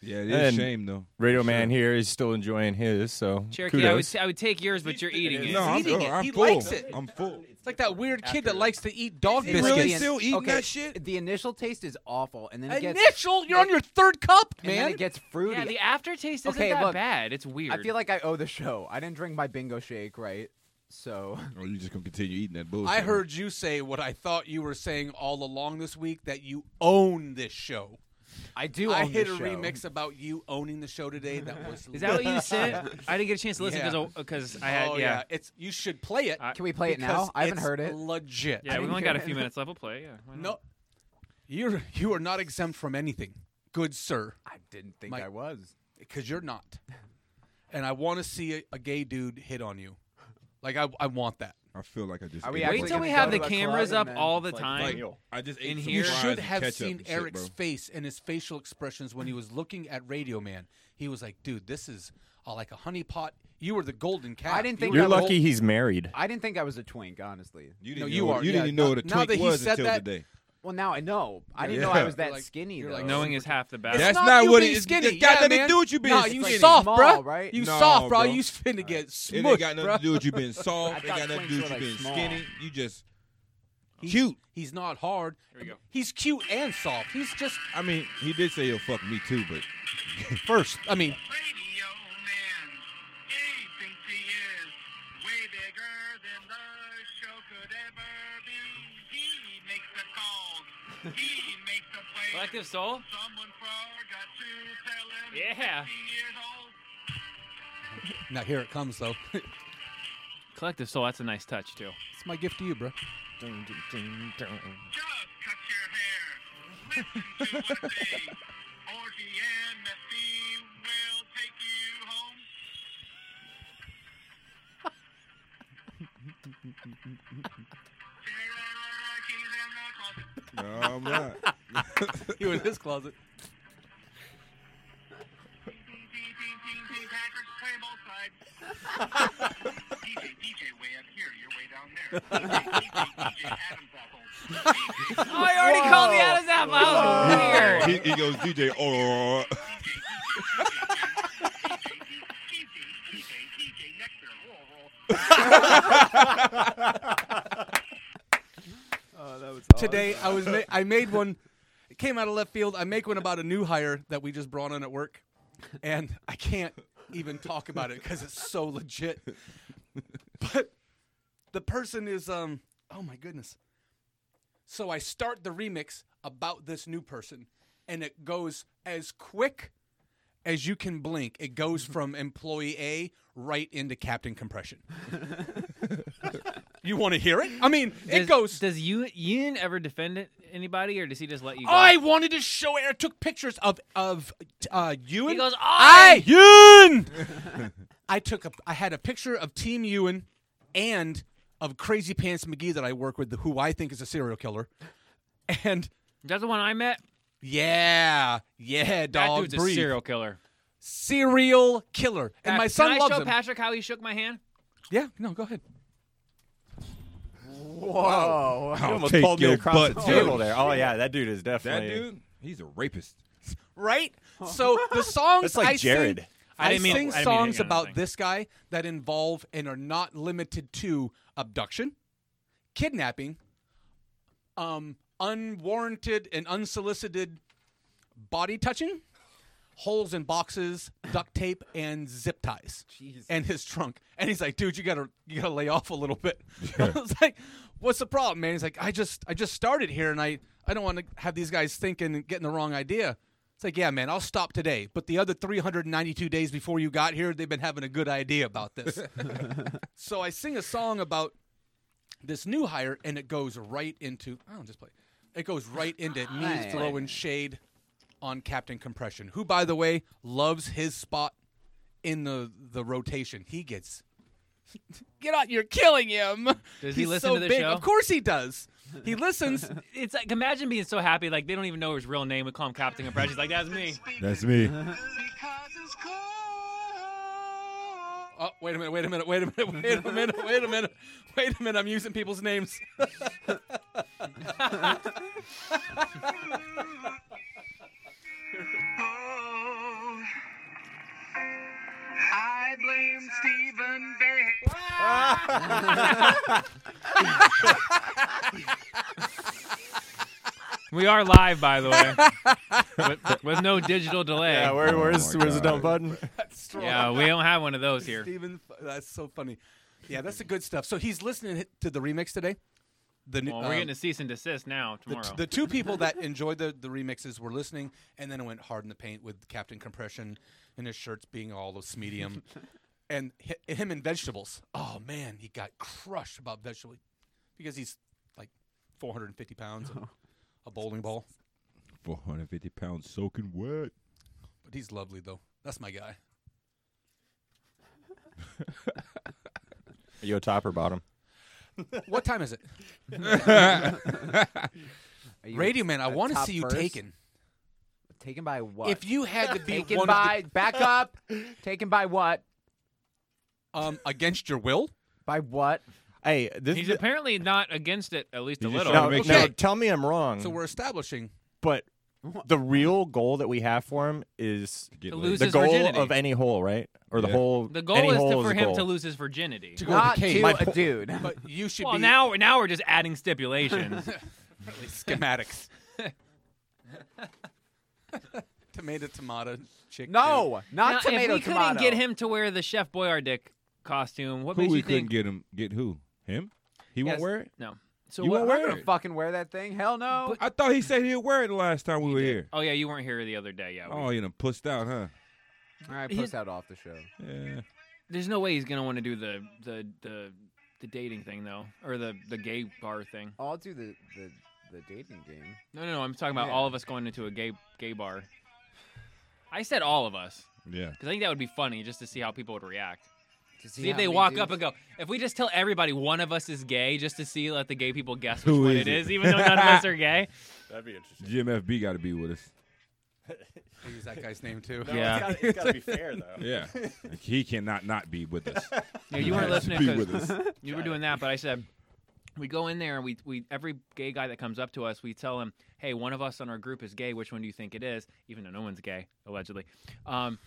Yeah, it is And a shame, though. Radio Man here is still enjoying his, so Cherokee, I would, kudos. I would take yours, but you're eating it. No, I'm, eating oh, it. I'm He full. likes it. I'm full. It's like that weird kid that likes to eat dog It's biscuits. really Really the in- still eating okay, that shit? The initial taste is awful, and then it gets Initial, you're on your third cup, and then man. it gets fruity. Yeah, the aftertaste isn't Okay, that look, bad. It's weird. I feel like I owe the show. I didn't drink my bingo shake, right? So Or you just going to continue eating that bullshit. I heard you say what I thought you were saying all along this week that you own this show. I do. I own hit a this show. remix about you owning the show today. That was Is that what you said? I didn't get a chance to listen Yeah. because I had oh, yeah. It's you should play it. I- Can we play it because now? I haven't it's heard it. Legit. Yeah, we didn't only hear got a it. few minutes left. We'll play. Yeah. why not? No, you're you are not exempt from anything, good sir, I didn't think My- I was. because you're not. And I want to see a, a gay dude hit on you, like I I want that. I feel like I just. Are we ate actually it. Wait till we gonna have go the to a cameras club up and all then- the time Like, I just ate in some here. You fries should and have ketchup seen and shit, Eric's bro. face and his facial expressions when he was looking at Radio Man. He was like, "Dude, this is uh, like a honeypot. You were the golden cat. I didn't think You're I was- lucky he's married. I didn't think I was a twink, honestly. You didn't No, you know- are, you didn't yeah. even know what a now twink that he was said until that- today. Well, now I know. I didn't Yeah. know I was You're that like- skinny. you're though. like Knowing is half the It's That's not, not you what being it is. Skinny. It's got yeah, nothing to man. do with you being nah, you skinny. soft, bro. Small, right? You No, soft, bro. bro. You finna get It smushed, ain't got nothing bro. to do with you being soft. I It ain't got thought nothing to do with twinks you were, being like, small. skinny. You just. He's, Cute. He's not hard. He's cute and soft. He's just. I mean, he did say he'll fuck me too, but first, I mean, Collective Soul? Yeah. Now here it comes though. Collective Soul, that's a nice touch too. It's my gift to you, bro. No, I'm not. you in this closet. I already called the Adam's apple. That was He, weird. he goes DJ. Oh, Oh, that was Today I was ma- I made one. It came out of left field. I make one about a new hire that we just brought on at work, and I can't even talk about it because it's so legit. But the person is um oh my goodness. So I start the remix about this new person, and it goes as quick as you can blink. It goes from employee A right into Captain Compression. you want to hear it? I mean, it Does- goes. Does Yoon, Yoon ever defend it, anybody, or does he just let you go? Oh, I wanted to show it. I took pictures of of uh, Ewan. He goes, I "I." Ewan. I took a. I had a picture of Team Ewan and of Crazy Pants McGee that I work with, who I think is a serial killer. And that's the one I met. Yeah, yeah, dog. dude's a breathe. serial killer. Serial killer. And Pat- my son Can I loves show him. Patrick how he shook my hand? yeah, no, go ahead. Whoa! You I'll almost take pulled me your across the butt, table dude. there. Oh yeah, that dude is that definitely dude, he's a rapist. right? So the songs That's like I Jared. sing, I I, didn't mean- I sing didn't mean songs anything. about this guy that involve and are not limited to abduction, kidnapping, um, unwarranted and unsolicited body touching, holes in boxes, duct tape, and zip ties, and his trunk. And he's like, "Dude, you gotta you gotta lay off a little bit." I was like, "What's the problem, man?" He's like, "I just I just started here, and I I don't want to have these guys thinking and getting the wrong idea." It's like, "Yeah, man, I'll stop today." But the other 392 days before you got here, they've been having a good idea about this. so I sing a song about this new hire, and it goes right into I don't just play. It goes right into me Nice. throwing shade on Captain Compression, who, by the way, loves his spot in the the rotation. He gets Get out! You're killing him. Does he He's listen so to the big. show? Of course he does. He listens. It's like imagine being so happy, like they don't even know his real name. We call him Captain Compression. He's like, that's me. That's me. Oh, wait a minute! Wait a minute! Wait a minute! Wait a minute! Wait a minute! Wait a minute! I'm using people's names. I blame Stephen We are live, by the way, with, with no digital delay. Yeah, where- Oh where's- my where's the God. dumb button? That's strong. Yeah, we don't have one of those here. Steven, that's so funny. Yeah, that's the good stuff. So he's listening to the remix today. The new, Well, uh, we're getting a cease and desist now the, t- tomorrow. the two people that enjoyed the, the remixes were listening, and then it went hard in the paint with Captain Compression and his shirts being all of medium, and hi- him and vegetables. Oh man, he got crushed about vegetable because he's like 450 pounds, Oh. and a bowling ball. 450 pounds soaking wet. But he's lovely though. That's my guy. Are you a top or bottom? What time is it? Are you Radio man, I at want to Uh, top see you first? taken. Taken by what? If you had to be taken one of by the- back up, taken by what? Um, against your will? By what? Hey, He's apparently not against it, at least a little. Now, now, tell me I'm wrong. So we're establishing. But the real goal that we have for him is To the lose his goal virginity. of any hole, right? Or the Yeah. hole. The goal any is to- hole for the him goal. to lose his virginity. To go to the Not cave. to My a po- dude. But you should well, be now now we're just adding stipulations. schematics. tomato, tomato, chick. No, dude. not Now, tomato. If we tomato. couldn't get him to wear the Chef Boyardee costume, what who makes we you couldn't think? get him? Get who? Him? He won't Yes. wear it. No. So you what- won't I'm wear gonna it. fucking wear that thing? Hell no. I thought he said he'd wear it the last time we were here. Oh yeah, you weren't here the other day. Yeah. we- Oh, you done pussed out, huh? All right, He- puss out off the show. Yeah. There's no way he's gonna want to do the the the the dating thing though, or the the gay bar thing. Oh, I'll do the the, the dating game. No, no, no. I'm talking about Yeah. all of us going into a gay gay bar. I said all of us. Yeah. Because I think that would be funny just to see how people would react. To See, see if how they many walk dudes- up and go, if we just tell everybody one of us is gay, just to see, let the gay people guess which Who one is it it? is, even though none of us are gay. That'd be interesting. GMFB got to be with us. I'll use that guy's name too. No, Yeah. it's gotta- it's gotta be fair, though. Yeah. Like, he cannot not be with us. Yeah, you weren't He has to listening be because with us. you were doing that, but I said we go in there and we we every gay guy that comes up to us, we tell him, "Hey, one of us on our group is gay. Which one do you think it is?" Even though no one's gay, allegedly. Um,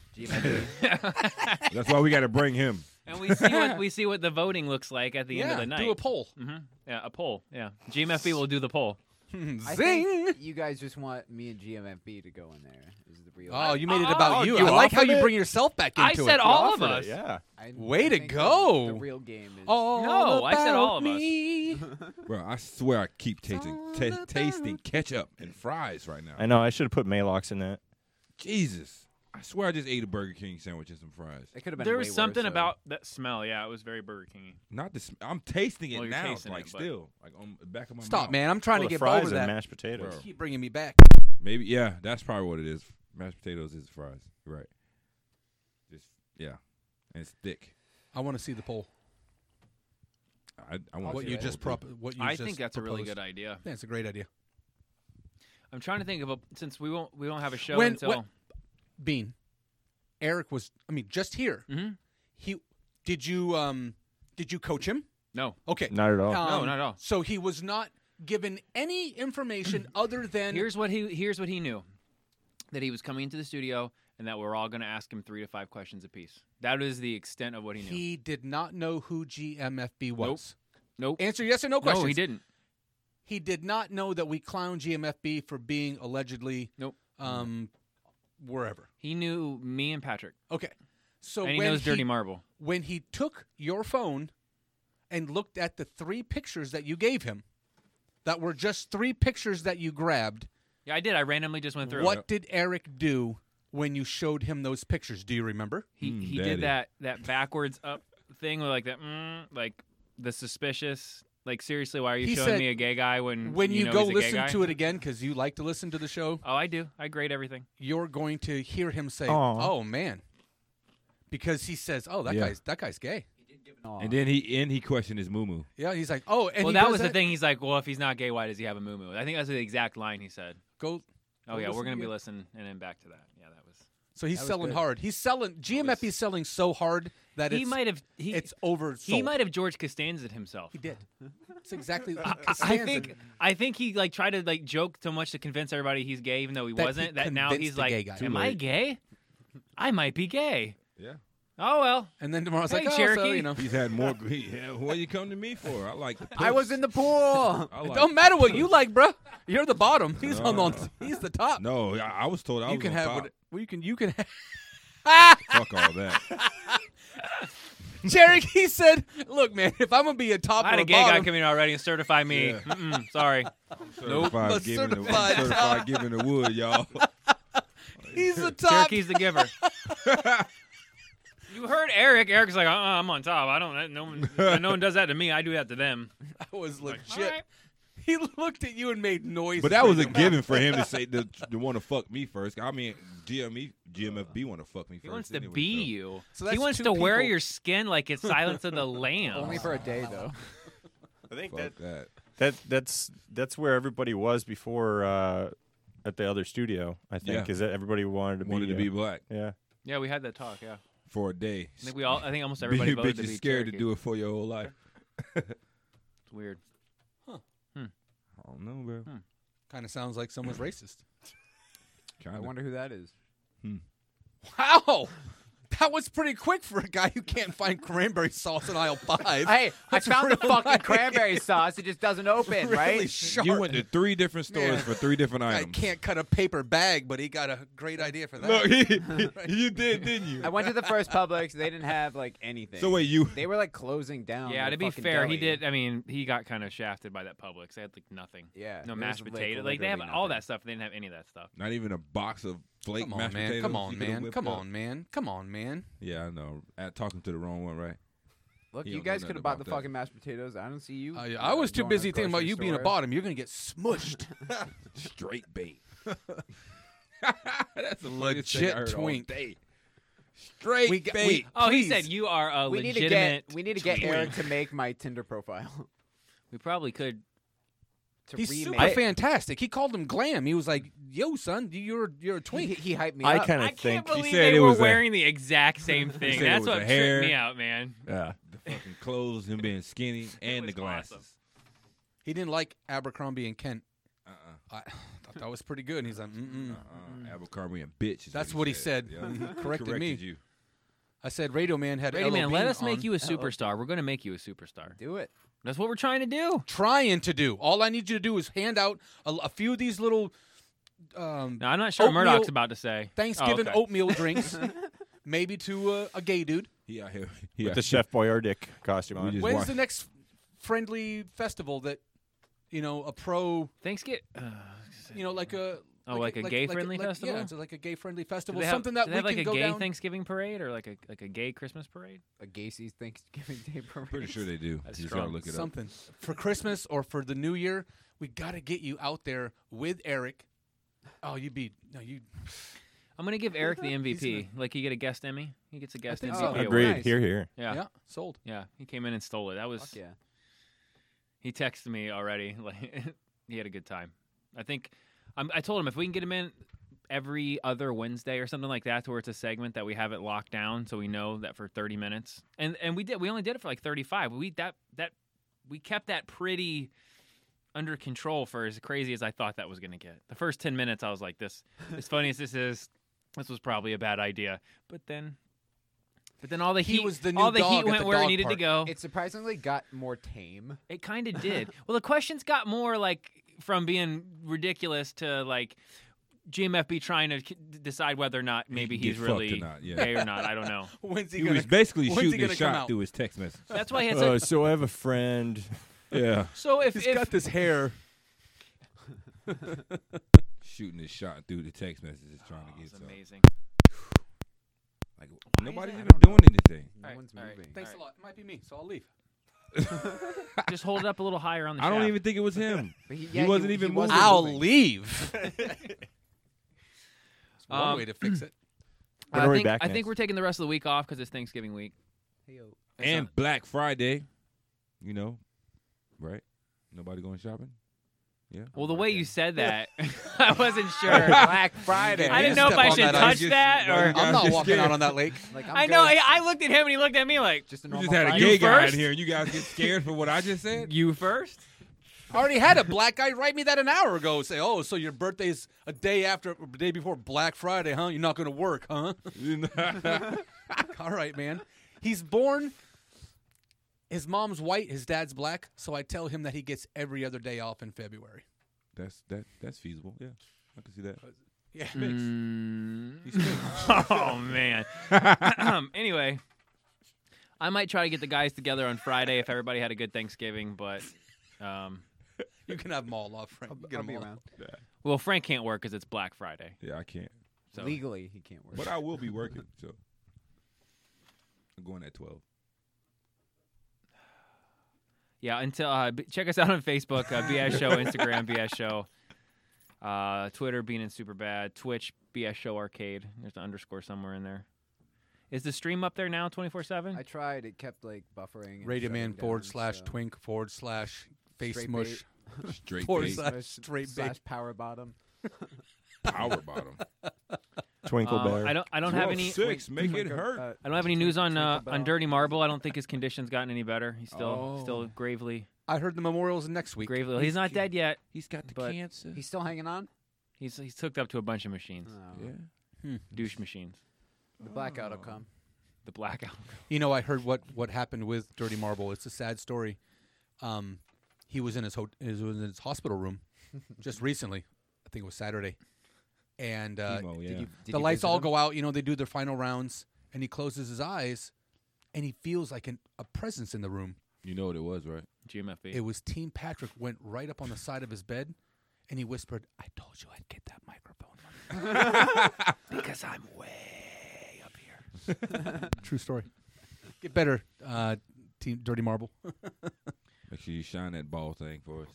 That's why we got to bring him. and we see what we see what the voting looks like at the end of Yeah, the night. do a poll. hmm Yeah, a poll. Yeah, GMFB will do the poll. I think you guys just want me and GMFB to go in there. Is the real? Oh, you made it about you. I like how you bring yourself back into I it. said all of us. Oh. I- Way I to think go. The real game is. All No, I said all about of us. me. Bro, I swear I keep tasting ta- tasting ketchup and fries right now. I know. I should have put Malox in that. Jesus. I swear I just ate a Burger King sandwich and some fries. It could have been. There way was worse, something though. about that smell. Yeah, it was very Burger King. Not this. I'm tasting it Well, you're now. tasting like it, but- still, like on the back of my Stop, mouth. man. I'm trying Well, to the get fries over and that. mashed potatoes. Keep bringing me back. Maybe yeah, that's probably what it is. Mashed potatoes is fries. You're right. Just yeah, and it's thick. I want to see the poll. I, I want What you just prop- what you I just think that's a really proposed. good idea. Yeah, it's a great idea. I'm trying to think of a since we won't we don't have a show when, until when- Bean, Eric was. I mean, just here. Mm-hmm. He did you um did you coach him? no. Okay, Not at all. Um, No, not at all. So he was not given any information other than Here's what he here's what he knew that he was coming into the studio and that we're all going to ask him three to five questions apiece. That is the extent of what he knew. he did not know who GMFB was. Nope. Answer yes or no no, questions. he didn't. He did not know that we clown GMFB for being allegedly Nope. um wherever. He knew me and Patrick. Okay. So And he when knows Dirty Marble. When he took your phone and looked at the three pictures that you gave him, that were just three pictures that you grabbed, Yeah, I did. I randomly just went through. what did Eric do when you showed him those pictures? Do you remember? he he did that that backwards up thing with like that mm, like the suspicious like seriously why are you He showing said- me a gay guy when When you, Mm-hmm. know go he's a gay listen guy? to it again, because you like to listen to the show, Oh, I do. I grade everything. you're going to hear him say, Aw. "Oh man," because he says, "Oh, that Yeah. guy's that guy's gay." And then he and he questioned his moo moo. Yeah, he's like, "Oh," and well, he that does was the thing. He's like, well, if he's not gay, why does he have a moo moo? I think that's the exact line he said. Go. Oh go yeah, listen we're gonna to be it. listening and then back to that. Yeah, that was. So he's That was selling good. hard. He's selling. GMFB is selling so hard that he it's, might have. He, it's over. He might have George Costanza himself. He did. It's exactly. I, I think. I think he like tried to like joke so much to convince everybody he's gay, even though he That he wasn't. that now convinced he's the like, gay guy. Too am I late. gay? I might be gay. Yeah. Oh well. And then tomorrow's Hey, like, Cherokee. oh, so, you know, He's had more. He, yeah, what you come to me for? I like the. Puss. I was in the pool. I like- don't matter what you like, bro. You're the bottom. He's on the. He's the top. No, I, I was told I you was can on have. top. What, well, you can. You can. Have, Fuck all that. Cherokee said, "Look, man, if I'm gonna be a top I or had a a gay guy bottom, come in already and certify me. Yeah. Mm-mm, sorry. Certified Nope. giving the Certified. certified giving the wood, y'all. he's the top." Cherokee's the giver. you heard Eric. Eric's like, uh-uh, I'm on top. I don't. that- No one. No one does that to me. I do that to them. That was legit. All right. He looked at you and made noise. But that was a given for him to say the to want to fuck me first. I mean, E, GME, GMFB want to fuck me first. He wants to anyway, be so. you. So he that's wants to two wear people. your skin like it's Silence of the Lambs. Only for a day though. I think that, Fuck that. that that's that's where everybody was before uh, at the other studio. I think Yeah. is that everybody wanted to Wanted be to be black. Yeah, Yeah, we had that talk. Yeah. for a day. I think we all- I think almost everybody you voted bitch to is be scared Cherokee. to do it for your whole life. It's weird. I don't know, bro. Kind of sounds like someone's racist. I wonder who that is. Hmm. Wow. That was pretty quick for a guy who can't find cranberry sauce in aisle five. Hey, I That's found the really fucking like- cranberry sauce. It just doesn't open, Really right? sharp. You went to three different stores Man. for three different Guy items. can't cut a paper bag, but he got a great idea for that. Look, you did, didn't you? I went to the first Publix. They didn't have like anything. So wait, you- They were like closing down. yeah, the to be fucking fair, he deli. did. I mean, he got kind of shafted by that Publix. They had like nothing. Yeah, No there mashed was, like, potato. Like they have literally all that stuff. They didn't have any of that stuff. Not even a box of flake Come on, mashed man. potatoes. Come you on, could've man. whipped Come up? on, man. Come on, man. Yeah, I know. At talking to the wrong one, right? Look, He you don't know guys could nothing have bought about the that. fucking mashed potatoes. I don't see you. I, uh, I was too going to busy the thinking about grocery you being a store. bottom. You're gonna get smushed. Straight bait. That's the funniest thing I Legit heard all twink. day. Straight We got- we- oh, he please. said you are a we need to legitimate. get we need to get twink. Eric to make my Tinder profile. We probably could. To He's remake. super fantastic. He called him glam. He was like, "Yo, son, you're you're a twink." He, he hyped me I up. kind I of think can't believe said they it were was a- wearing the exact same thing. said it That's was what a tripped hair. me out, man. yeah. The fucking clothes, him being skinny, and the glasses. He didn't like Abercrombie and Kent. Uh-uh. I thought that was pretty good. And he's like, Mm-mm. Uh, Abercrombie and bitch. Is That's what what he said. Yeah. Mhm. He Corrected corrected me. you. I said, "Radio Man had Brady, man, LL let Bean us make on." you a superstar. We're going to make you a superstar. Do it. That's what we're trying to do. Trying to do. All I need you to do is hand out a, a few of these little. Um, No, I'm not sure what oatmeal- Murdoch's about to say. Oh, Thanksgiving okay. oatmeal drinks, maybe to a, a gay dude. He out here. He With out the here. Chef Boyardick costume on. just When's watch- the next friendly festival that you know a pro Thanksgiving. uh, you know like a Oh, like a gay-friendly like- festival? Yeah, it's like a gay friendly Do festival. they have, Something that we do they have can like a go gay down. Thanksgiving parade or like a like a gay Christmas parade? A Gacy's Thanksgiving Day parade. Pretty sure they do. That's You just gotta strong. look it up. something for Christmas or for the New Year. We got to get you out there with Eric. Oh, you'd be no, you. I'm gonna give Eric the He's MVP. Like he get a guest Emmy. He gets a guest think MVP. so. award. Agreed. nice. Here, here. Yeah. yeah. Yeah, sold. He came in and stole it. That was Fuck yeah. he texted me already. Like he had a good time. I think I'm, I told him if we can get him in every other Wednesday or something like that, to where it's a segment that we have it locked down, so we know that for 30 minutes. And and we did. We only did it for like 35. We that that we kept that pretty under control for as crazy as I thought that was going to get. The first 10 minutes, I was like, this as funny as this is. This was probably a bad idea, but then, but then all the He heat was the new all the dog heat at went the where it dog needed to park. go. It surprisingly got more tame. It kind of did. well, the questions got more like from being ridiculous to like GMFB trying to k- d- decide whether or not maybe can get he's fucked or really not, yeah. gay or not. I don't know. When's he, He gonna, was basically when's he shooting gonna his come shot out? through his text message. That's why he had Oh, Uh, such. so I have a friend. Yeah, So if, He's if got this hair. shooting his shot through the text messages, trying to get it's some. amazing. Like is nobody it- I ended up doing anything. No All right, one's all right. moving. Thanks a lot. It might be me, so I'll leave. Just hold it up a little higher on the. I don't shaft. even think it was him. But he, He yeah, wasn't he, even he wasn't moving. I'll moving. leave. It's one Um, way to fix it. When I are we think, back I think next? we're taking the rest of the week off because it's Thanksgiving week. Oh, And Black Friday, you know, right? Nobody going shopping. Yeah. Well, the way you said that, I wasn't sure. Black Friday. I didn't Yeah, know if step I on should that touch ice. that or. I'm not just walking out scared. on that lake. Like, I'm I know. good. I, I looked at him and he looked at me like, Just a We normal just had a Friday. gay guy first? in here, and you guys get scared for what I just said. "You first? I already had a black guy write me that an hour ago. Say, oh, so your birthday's a day after, a day before Black Friday, huh? You're not going to work, huh? All right, man. He's born. His mom's white, his dad's black, so I tell him that he gets every other day off in February. that's that. That's feasible. Yeah, I can see that. Yeah. oh man. anyway, I might try to get the guys together on Friday if everybody had a good Thanksgiving, but um, You can have them all off, Frank. Get I'll them be all. around. well, Frank can't work because it's Black Friday. Yeah, I can't. So Legally, he can't work. But I will be working. So I'm going at twelve. yeah, until uh, b- check us out on Facebook, uh, BS Show, Instagram BS Show, uh, Twitter Being in Super Bad, Twitch BS Show Arcade. There's an underscore somewhere in there. Is the stream up there now 24 7? I tried. It kept like buffering. and Radio shutting Man forward down, slash so- twink forward slash face Straight mush. bait. forward Face slash mush straight bait. slash power bottom. Power bottom. Twinkle Um, Bear. I don't. I don't have any. 12-6, make uh, it hurt. I don't have any news on uh, Twinkle on Bell. Dirty Marble. I don't think his condition's gotten any better. He's still Oh. still gravely. I heard the memorial's next week. Gravely. He's, not dead yet. He's got the but cancer. He's still hanging on. He's he's hooked up to a bunch of machines. Ah. Yeah. Douche machines. The blackout will come. The blackout. You know, I heard what what happened with Dirty Marble. It's a sad story. Um, he was in his ho- he was in his hospital room just recently. I think it was Saturday, and uh, Chemo, Did yeah. you- did the you lights visit all him? go out. You know, they do their final rounds, and he closes his eyes, and he feels like an, a presence in the room. You know what it was, right? GMFB. It was Team Patrick went right up on the side of his bed, and he whispered, "I told you I'd get that microphone because I'm way up here." True story. Get better, uh, Team Dirty Marble. Make sure you shine that ball thing for us.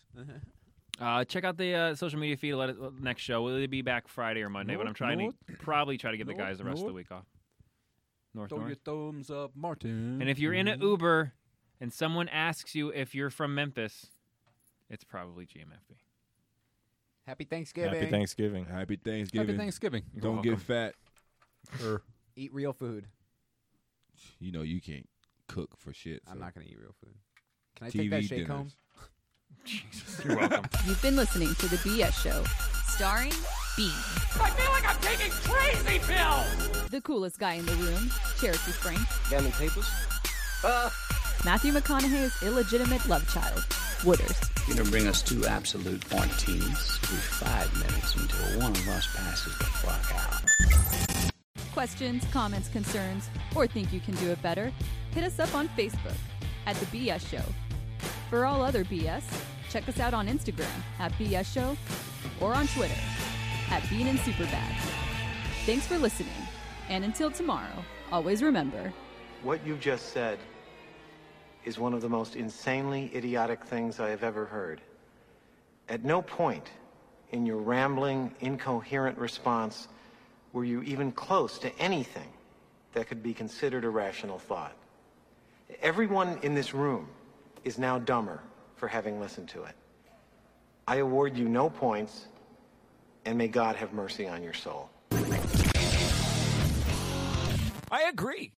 Uh, check out the uh, social media feed. Let it, uh, next show. Will it be back Friday or Monday? but I'm North, trying to north. probably try to give the North, guys the rest of the north. week off. North Throw North. your thumbs up, Martin. And if you're in an Mm-hmm. Uber and someone asks you if you're from Memphis, it's probably GMFB. Happy Thanksgiving. Happy Thanksgiving. Happy Thanksgiving. Thanksgiving. You're Don't welcome. get fat. Eat real food. You know you can't cook for shit. I'm so. not gonna eat real food. Can I take that TV shake home? dinners. You're welcome. You've been listening to The BS Show, starring Bean. I feel like I'm taking crazy pills! The coolest guy in the room, Cherokee Frank. Got any papers? Matthew McConaughey's illegitimate love child, Wooders. You're gonna bring us two absolute martinis every five minutes until one of us passes the fuck out. Questions, comments, concerns, or think you can do it better? Hit us up on Facebook at The BS Show. For all other BS, check us out on Instagram at BS Show or on Twitter at Bean and Superbad. Thanks for listening, and until tomorrow, always remember. What you've just said is one of the most insanely idiotic things I have ever heard. At no point in your rambling, incoherent response were you even close to anything that could be considered a rational thought. Everyone in this room is now dumber for having listened to it. I award you no points, and may God have mercy on your soul. I agree.